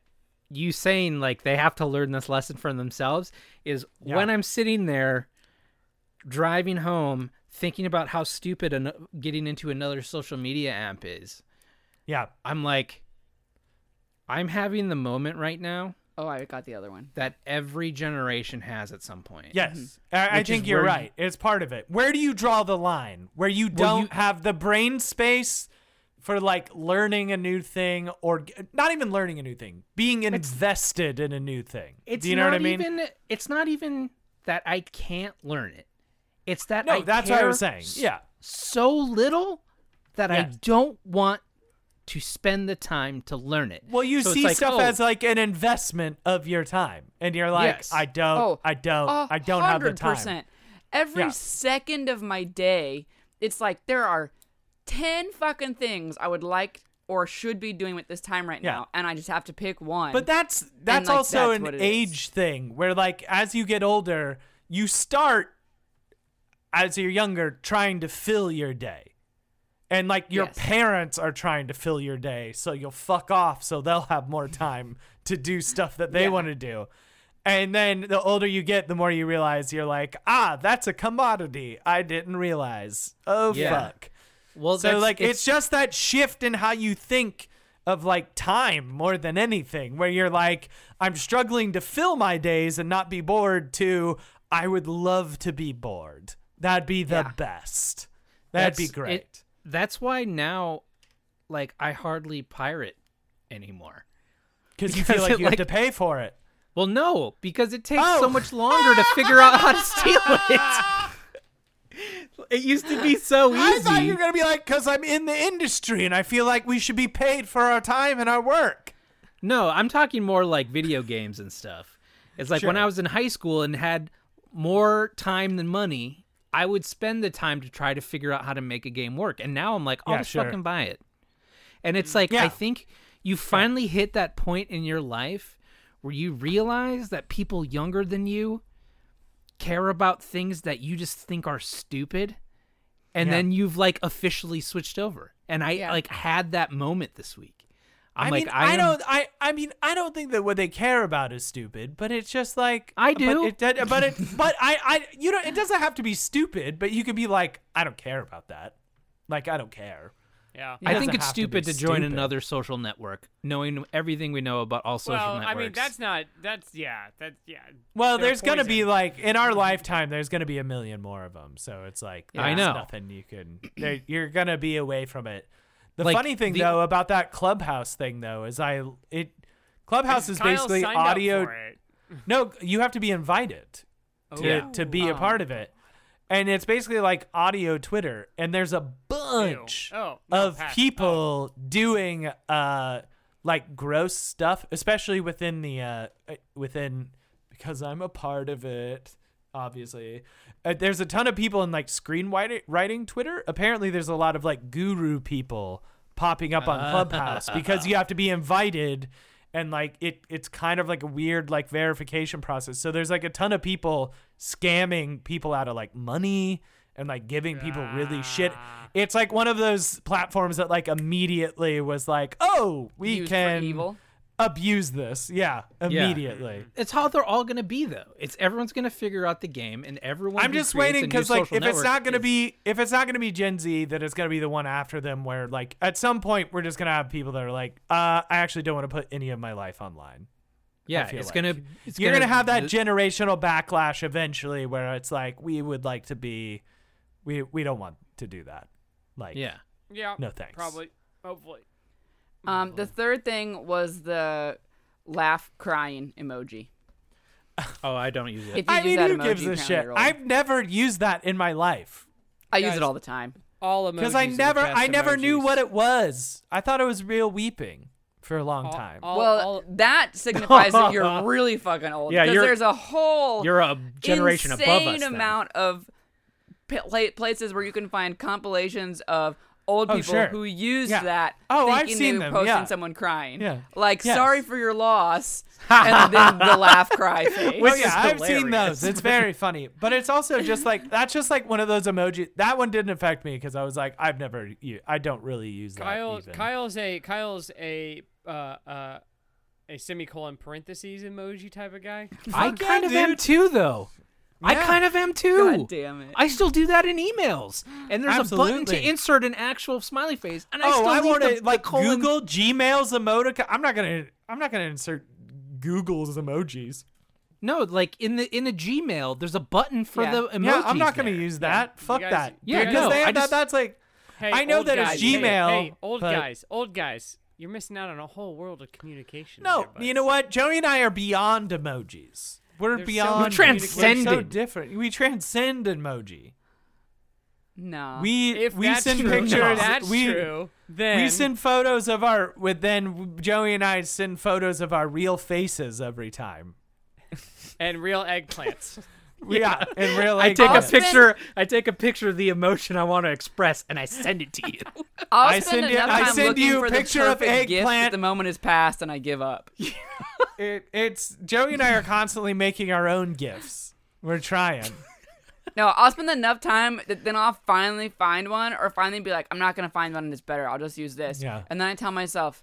B: you saying like they have to learn this lesson from themselves? Is
D: Yeah.
B: when I'm sitting there driving home, thinking about how stupid an- getting into another social media app is.
D: yeah.
B: I'm like, I'm having the moment right now
E: Oh, I got the other one.
B: that every generation has at some point.
D: Yes. I, I
B: Which is
D: think you're
B: where you-
D: right. It's part of it. Where do you draw the line? Where you
B: Well,
D: don't
B: you-
D: have the brain space for like learning a new thing or g- not even learning a new thing, being invested in a new thing.
B: It's
D: do you know
B: not
D: what I mean?
B: even. It's not even that I can't learn it. It's that
D: no,
B: I
D: that's what I
B: care
D: was saying.
B: s-
D: Yeah.
B: so little that I
D: Yeah.
B: don't want to spend the time to learn it.
D: Well, you
B: So it's
D: see
B: like,
D: stuff
B: oh,
D: as like an investment of your time, and you're like,
B: Yes.
D: I don't,
E: Oh,
D: I don't,
E: I
D: I don't have the time.
E: Every
D: Yeah.
E: second of my day, it's like there are 10 fucking things I would like or should be doing with this time right
D: Yeah.
E: now, and I just have to pick one.
D: But that's that's
E: like,
D: also
E: that's
D: an
E: what it is.
D: age thing where like as you get older, you start as you're younger trying to fill your day. And like your
E: Yes.
D: parents are trying to fill your day, so you'll fuck off so they'll have more time to do stuff that they
E: Yeah.
D: want to do. And then the older you get, the more you realize you're like, ah, that's a commodity. I didn't realize. Oh
B: Yeah.
D: fuck.
B: well,
D: So
B: that's-
D: like it's, just that shift in how you think of like time more than anything where you're like I'm struggling to fill my days and not be bored to I would love to be bored. That'd be the
E: Yeah.
D: best. That'd be
B: that's-
D: great.
B: it- that's why now, like, I hardly pirate anymore.
D: Cause you
B: because
D: feel like
B: it,
D: you have
B: like-
D: to pay for it.
B: Well, no, because it takes
D: Oh.
B: so much longer to figure out how to steal it. It used to be so easy.
D: I thought you were gonna be like, because I'm in the industry and I feel like we should be paid for our time and our work.
B: No, I'm talking more like video games and stuff. It's like when
D: Sure.
B: I was in high school and had more time than money, I would spend the time to try to figure out how to make a game work. And now I'm like, I'll
D: Yeah,
B: just
D: sure.
B: fucking buy it. And it's like
D: Yeah.
B: I think you finally hit that point in your life where you realize that people younger than you care about things that you just think are stupid and
D: Yeah.
B: then you've like officially switched over. And I
E: Yeah.
B: like had that moment this week. I'm
D: I
B: like
D: mean, I,
B: am-
D: don't. I, I mean, I don't think that what they care about is stupid, but it's just like
B: I do.
D: But it, that- but, it, but I, I, you know, it doesn't have to be stupid, but you could be like, I don't care about that. Like, I don't care.
C: Yeah.
B: I
D: doesn't
B: think it's
D: have to be
B: stupid to, join
D: stupid.
B: another social network, knowing everything we know about all social
C: well,
B: networks.
C: I mean, that's not. That's yeah. That's yeah.
D: Well,
C: They're
D: there's gonna be
C: poison.
D: like in our lifetime, there's gonna be a million more of them. So it's like
B: Yeah. I
D: there's
B: know.
D: nothing you can. there- You're gonna be away from it. The
B: Like,
D: funny thing
B: the-
D: though about that clubhouse thing though is I it clubhouse is
C: Kyle
D: basically
C: signed up
D: audio.
C: for it.
D: No, you have to be invited to,
B: Yeah.
D: to be a
E: Oh.
D: part of it. And it's basically like audio Twitter, and there's a bunch
C: Oh, no,
D: of
C: pass.
D: people doing uh like gross stuff, especially within the uh within because I'm a part of it. Obviously, uh, there's a ton of people in like screenwriting writing Twitter. Apparently, there's a lot of like guru people popping up
E: Uh.
D: on Clubhouse because you have to be invited and like it it's kind of like a weird like verification process. So there's like a ton of people scamming people out of like money and like giving people really shit.
E: Ah.
D: It's like one of those platforms that like immediately was like, "Oh, we
E: Used for
D: can
E: evil.
D: abuse this." Yeah, immediately.
B: it's how they're all going to be, though. It's everyone's going to figure out the game, and everyone.
D: I'm
B: who
D: just
B: creates
D: waiting
B: a new
D: because like
B: social
D: if it's
B: network
D: not gonna
B: is-
D: be if it's not gonna be Gen Z, then it's gonna be the one after them where like at some point we're just gonna have people that are like, uh, I actually don't want to put any of my life online.
B: yeah,
D: feel
B: it's
D: like.
B: gonna. It's
D: You're gonna, have that
B: the-
D: generational backlash eventually where it's like we would like to be we we don't want to do that. Like
B: yeah,
C: Yeah.
D: No, thanks.
C: Probably. Hopefully.
E: Um, the third thing was the laugh crying emoji.
B: oh, I don't use it.
E: If you
D: I
E: use
D: mean
E: that
D: who
E: emoji,
D: gives a
E: apparently
D: shit?
E: you're old.
D: I've never used that in my life.
E: I use
C: Guys.
E: it all the time.
C: All emojis.
D: Because I
C: are the
D: never
C: best
D: I never knew
C: emojis.
D: what it was. I thought it was real weeping for a long
C: All-
D: time.
C: all-
E: well,
C: all-
E: that signifies that you're really fucking old.
B: Yeah,
E: because
B: you're-
E: there's a whole
B: You're a generation above us.
E: insane amount of pa- pla- places where you can find compilations of old
D: Oh,
E: people
D: sure.
E: who used
D: Yeah.
E: that
D: Oh, I've
E: thinking
D: seen
E: they
D: them,
E: were posting
D: yeah.
E: someone crying.
D: Yeah.
E: Like,
D: Yes.
E: sorry for your loss. and then the laugh cry face.
B: Which
D: oh, yeah, I've
B: is
D: seen
B: hilarious.
D: those. It's very funny, but it's also just like that's just like one of those emoji. That one didn't affect me because I was like, I've never, u- I don't really use that.
C: Kyle,
D: even.
C: Kyle's a Kyle's a uh, uh, a semicolon parentheses emoji type of guy.
B: I
D: Fuck yeah,
B: kind of am
D: dude.
B: too, though. I
D: Yeah.
B: kind of am too.
E: God damn it.
B: I still do that in emails, and there's a button to
D: Absolutely.
B: insert an actual smiley face, and I
D: oh,
B: still
D: I
B: leave
D: want
B: the-
D: to
B: the
D: like
B: colon-
D: Google Gmail's emoticon. I'm not gonna, I'm not gonna insert Google's emojis.
B: No, like in the in a Gmail, there's a button for
E: Yeah.
B: the emojis.
D: yeah, I'm not gonna
B: there.
D: use that. Fuck
C: guys-
D: that.
B: Yeah,
D: because
B: no,
D: they
B: I
D: have that-
B: just-
D: that's like,
C: Hey,
D: I know
C: old
D: that it's
C: guys, hey,
D: Gmail,
C: Hey, old
D: but-
C: guys, old guys, you're missing out on a whole world of communication.
D: no.
C: there,
D: You
C: buds.
D: know what? Joey and I are beyond emojis. We're
C: They're so
D: beyond.
B: We transcended.
D: We're so different. We transcend emoji.
E: no.
D: We
C: Uh, If
D: we
C: that's
D: send
C: true,
D: pictures.
C: If that's
D: we,
C: true. Then
D: we send photos of our with then Joey and I send photos of our real faces every time.
C: and real eggplants.
D: Yeah, uh, in real
B: I take a
E: I'll spend-
B: picture. I take a picture of the emotion I want to express, and I send it to you.
E: I'll
D: I
E: spend
D: send you-
E: enough
D: I
E: time
D: send
E: looking
D: you a
E: for
D: picture
E: the
D: of
E: perfect gift
D: eggplant.
E: that the moment is past and I give up.
D: It, it's Joey and I are constantly making our own gifts. We're trying.
E: No, I'll spend enough time that then I'll finally find one or finally be like, I'm not gonna find one and it's better. I'll just use this.
D: Yeah.
E: And then I tell myself,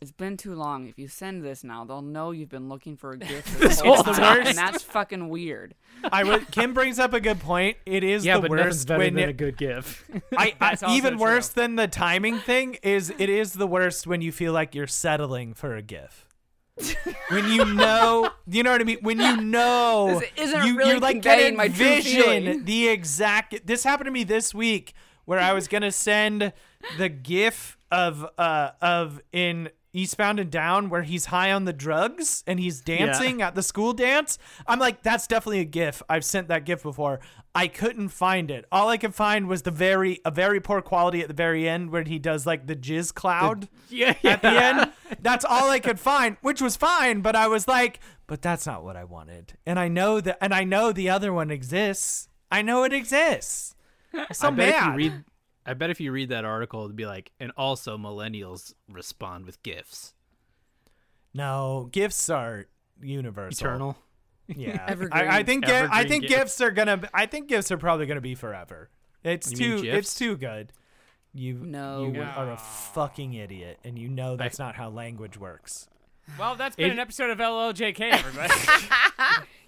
E: it's been too long. If you send this now, they'll know you've been looking for a gift this whole
D: whole
E: time,
D: time.
E: and that's fucking weird.
D: I would, Kim brings up a good point. It is the worst when it,
B: good gift.
D: I, I,
C: That's also
D: even
C: true.
D: worse than the timing thing is it is the worst when you feel like you're settling for a gif. when you know, you know what I mean. When you know,
E: This isn't
D: you,
E: really
D: you're like
E: conveying
D: getting
E: my true feeling.
D: vision the exact. This happened to me this week where I was gonna send the gif of uh of in Eastbound and Down where he's high on the drugs and he's dancing at the school dance. I'm like, that's definitely a GIF. I've sent that GIF before. I couldn't find it. All I could find was the very a very poor quality at the very end where he does like the jizz cloud
B: Yeah,
D: at the end. That's all I could find, which was fine, but I was like, but that's not what I wanted. And I know that and I know the other one exists. I know it exists. So
B: I bet if
D: mad.
B: you read, I bet if you read that article, it'd be like, and also millennials respond with gifts.
D: no, gifts are universal.
B: Eternal.
D: Yeah.
E: Evergreen.
D: I, I think gi- I
B: Evergreen
D: think
B: gift.
D: gifts are gonna be- I think gifts are probably gonna be forever. It's
B: You mean
D: too
B: gifs?
D: it's too good. You
E: No.
D: you are a fucking idiot and you know that's not how language works.
C: Well, that's been
B: It-
C: an episode of LLJK, everybody.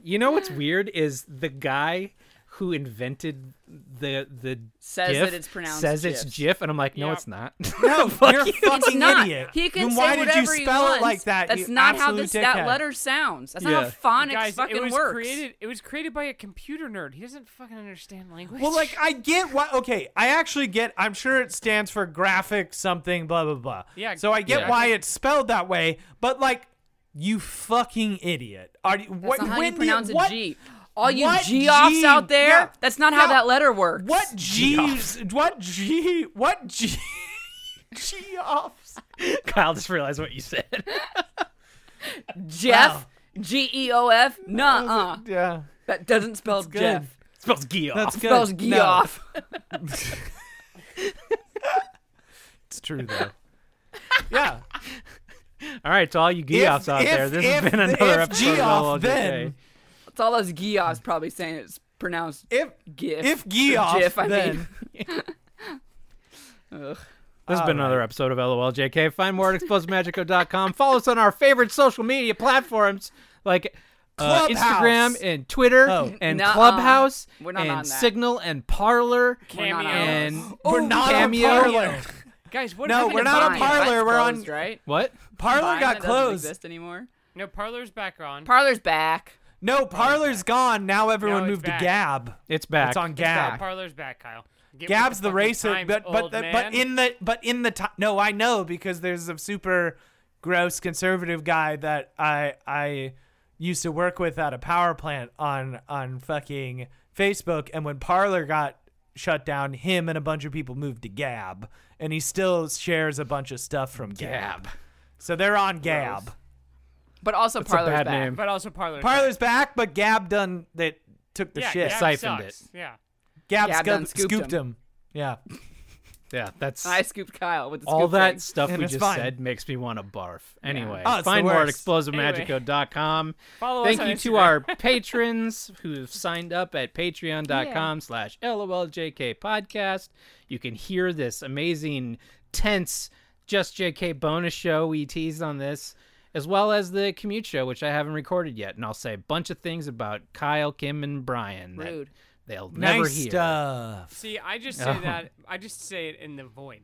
B: You know what's weird is the guy who invented the the
E: Says
B: GIF
E: that it's pronounced
B: says it's
E: GIFs.
B: GIF, and I'm like, no,
C: Yeah.
B: it's not.
D: No, you're a
E: It's
D: fucking
E: not.
D: idiot.
E: He can
D: then
E: say
D: why
E: whatever
D: did you spell
E: he
D: it like
E: wants.
D: that?
E: That's
D: you
E: not how
D: absolute
E: this that
D: dickhead.
E: letter sounds. That's not
B: Yeah.
E: how phonics
C: Guys,
E: fucking
C: it was
E: works.
C: created. It was created by a computer nerd. He doesn't fucking understand language.
D: Well, like I get why. Okay, I actually get. I'm sure it stands for graphic something. Blah blah blah.
C: Yeah,
D: So I get
B: yeah.
D: why it's spelled that way. But like, you fucking idiot. Are you?
E: That's
D: What?
E: not how
D: when
E: you
D: do
E: pronounce
D: what-
E: a G. All you
D: what
E: G offs
D: G?
E: out there,
D: Yeah.
E: that's not how
D: No.
E: that letter works.
D: What G's? What G? What G? G offs.
B: Kyle just realized what you said.
E: Jeff? G E O F? Nuh uh.
D: Yeah.
E: That doesn't spell
D: good.
E: Jeff.
B: It spells gee off.
D: That's
E: It
D: good.
E: spells G
D: No,
E: off.
D: It's true though. yeah.
B: All right, to all you gee
D: If-
B: offs out there,
D: if-
B: this
D: if-
B: has been another
D: if
B: episode
D: G-off,
B: of LLJK.
D: then-
E: It's all those G offs probably saying it's pronounced
D: If
E: GIF.
D: if G off,
E: Gif, I
D: then.
E: mean. Ugh.
B: This has been
D: All
B: another episode of LOLJK. Find more at explosivemagico.com. Follow us on our favorite social media platforms like uh,
D: Clubhouse.
B: Instagram and Twitter
D: Oh.
B: and
E: Nuh-uh.
B: Clubhouse
E: We're not
B: and
E: on that.
B: Signal and Parlor
E: We're not
C: Cameo.
E: on
B: and
D: We're Oh, not
B: Cameo.
D: on parlor.
C: guys, what?
D: No,
C: happened
D: we're
C: to
D: not on
C: Vine?
D: Parler,
E: Vine's
D: we're on-
E: closed, right?
B: What?
D: Parlor got
E: Vine, that doesn't
D: closed.
E: exist anymore.
C: No, Parler's back on.
E: Parlor's back.
D: No, Parlor's gone. Now everyone
C: it's
D: moved
C: back.
D: to Gab.
B: It's back.
D: It's on
C: It's back.
D: Gab.
C: Parler's back, Kyle. Get with
D: Gab's the
C: fucking
D: racer,
C: times,
D: but but
C: old
D: the,
C: man.
D: but in the but in the time. No, I know because there's a super gross conservative guy that I I used to work with at a power plant on on fucking Facebook, and when Parlor got shut down, him and a bunch of people moved to Gab, and he still shares a bunch of stuff from Gab.
B: Gab.
D: So they're on Gab.
E: But also
B: That's a
E: Parlor's
B: bad
E: back.
B: name.
C: but also Parler's
D: Parlor's back, but Gab done that took the
C: back. yeah, Gab
D: shit.
B: Siphoned
C: sucks. Yeah.
D: Gab,
E: Gab
D: scoop-
E: done
D: scooped,
E: scooped
D: him.
E: him.
D: Yeah.
B: Yeah, that's
E: I scooped Kyle with the
B: all
E: scoop
B: that
E: thing.
B: stuff
D: And
B: we
D: it's
B: just
D: fine.
B: said makes me want to barf. Anyway,
D: Oh, it's the
B: find more at
D: worst.
B: explosivemagico.com.
C: Follow us
B: Thank
C: on
B: you to
C: Instagram.
B: our patrons who've signed up at patreon.com slash LOLJK podcast. You can hear this amazing, tense Just JK bonus show we teased on this, as well as the commute show, which I haven't recorded yet. And I'll say a bunch of things about Kyle, Kim, and Brian that
E: Rude.
B: they'll never
D: nice
B: hear
D: stuff.
C: See, I just say
B: Oh.
C: that. I just say it in the void.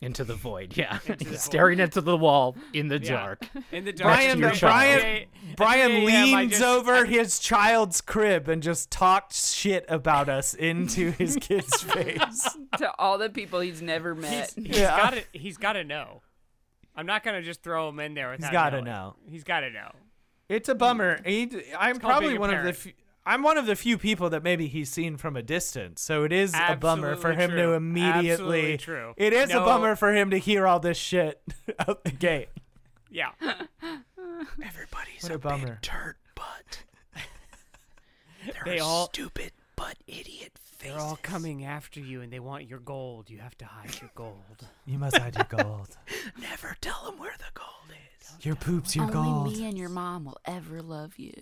B: into the void. Yeah.
C: the
B: Staring into the wall in the
C: Yeah.
B: dark.
C: In the dark.
D: Brian,
B: to your
C: room.
B: child.
D: Brian,
C: Okay, at
D: Brian
C: 3 a.m., I
D: leans
C: just-
D: over
C: I-
D: his child's crib and just talks shit about us into his kid's face.
E: to all the people he's never met.
C: He's, he's
D: Yeah.
C: got to. He's got to know. I'm not gonna just throw him in there without.
D: gotta
C: knowing.
D: know.
C: He's got to know.
D: It's a bummer. He- I'm
C: called
D: probably
C: being a
D: one of the.
C: parent.
D: Few, I'm one of the few people that maybe he's seen from a distance, so it is a bummer for him
C: Absolutely
D: to
C: true.
D: immediately.
C: Absolutely true.
D: It is a
C: No.
D: bummer for him to hear all this shit out the gate.
C: Yeah.
B: Everybody's
D: What a bummer.
B: dirt butt. They're
C: They all-
B: stupid but idiot faces.
C: They're all coming after you, and they want your gold. You have to hide your gold.
D: You must hide your gold.
B: Never tell them where the gold is.
D: Your poops, your
E: Only
D: gold.
E: me and your mom will ever love you.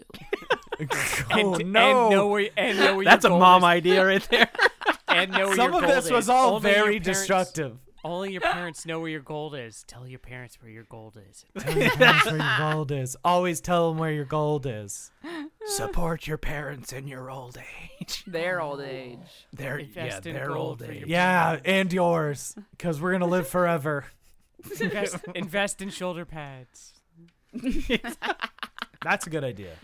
D: Oh
C: and,
D: no!
C: And know where, and know where
B: That's a
C: your gold
B: mom
C: is,
B: idea right there.
C: And know where
D: Some
C: your
D: of
C: gold
D: this
C: is.
D: was all
C: Only your
D: very
C: parents-
D: destructive.
C: Only your parents know where your gold is. Tell your parents where your gold is.
D: where your gold is. Always tell them where your gold is.
B: Support your parents in your old age.
E: Their old age.
B: They're
C: Invest
B: yeah,
C: in
B: their
C: gold
B: old
C: for your-
B: age.
D: Yeah, and yours, because we're gonna live forever.
C: Invest, invest in shoulder pads.
D: That's a good idea.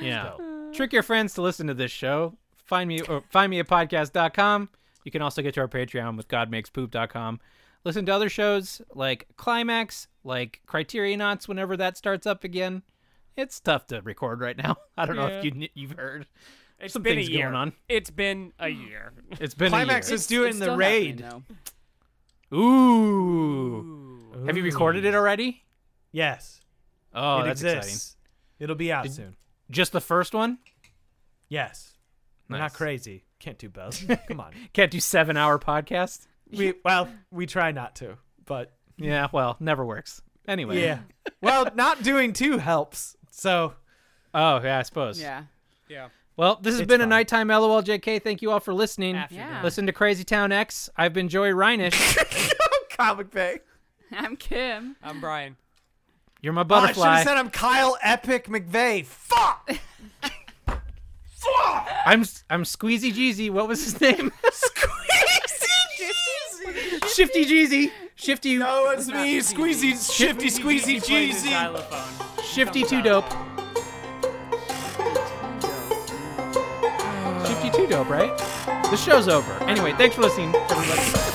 B: Yeah. Trick your friends to listen to this show. Find me or find me at podcast.com. You can also get to our Patreon with godmakespoop.com. Listen to other shows like Climax, like Criterionauts whenever that starts up again. It's tough to record right now. I don't know if
C: Yeah.
B: you kn- you've heard.
C: It's
B: Some
C: been a
B: things
C: year.
B: going on.
C: It's been a year.
B: It's been
D: Climax
B: a year.
D: is doing
E: it's
D: the
E: still happening,
D: raid.
E: though.
B: Ooh. Have you recorded it already?
D: Yes.
B: Oh,
D: it
B: that's
D: exists.
B: exciting.
D: It'll be out soon.
B: Just the first one?
D: Yes. We're
B: Nice.
D: Not crazy. Can't do both. Come on.
B: Can't do 7-hour podcast?
D: We well, we try not to, but
B: Yeah, well, never works. Anyway.
D: yeah. well, not doing two helps. So
B: Oh, yeah, I suppose.
E: Yeah.
C: Yeah.
B: Well, this has
D: It's
B: been a
D: fine.
B: nighttime LOLJK. Thank you all for listening.
C: After
E: Yeah.
C: that.
B: Listen to Crazy Town X. I've been Joey Reinish.
D: comic bay.
E: I'm Kim.
C: I'm Brian.
B: You're my
D: Oh, I should
B: butterfly.
D: have said I'm Kyle Epic McVeigh. Fuck. Fuck.
B: I'm I'm Squeezy Jeezy. What was his name?
D: Squeezy.
B: Shifty Jeezy. Shifty
D: Oh, it's me, Squeezy, Shifty Squeezy
C: Plays the
D: Jeezy.
C: xylophone.
B: Shifty Two Dope. Shifty Two Dope, right? The show's over. Anyway, thanks for listening, everybody.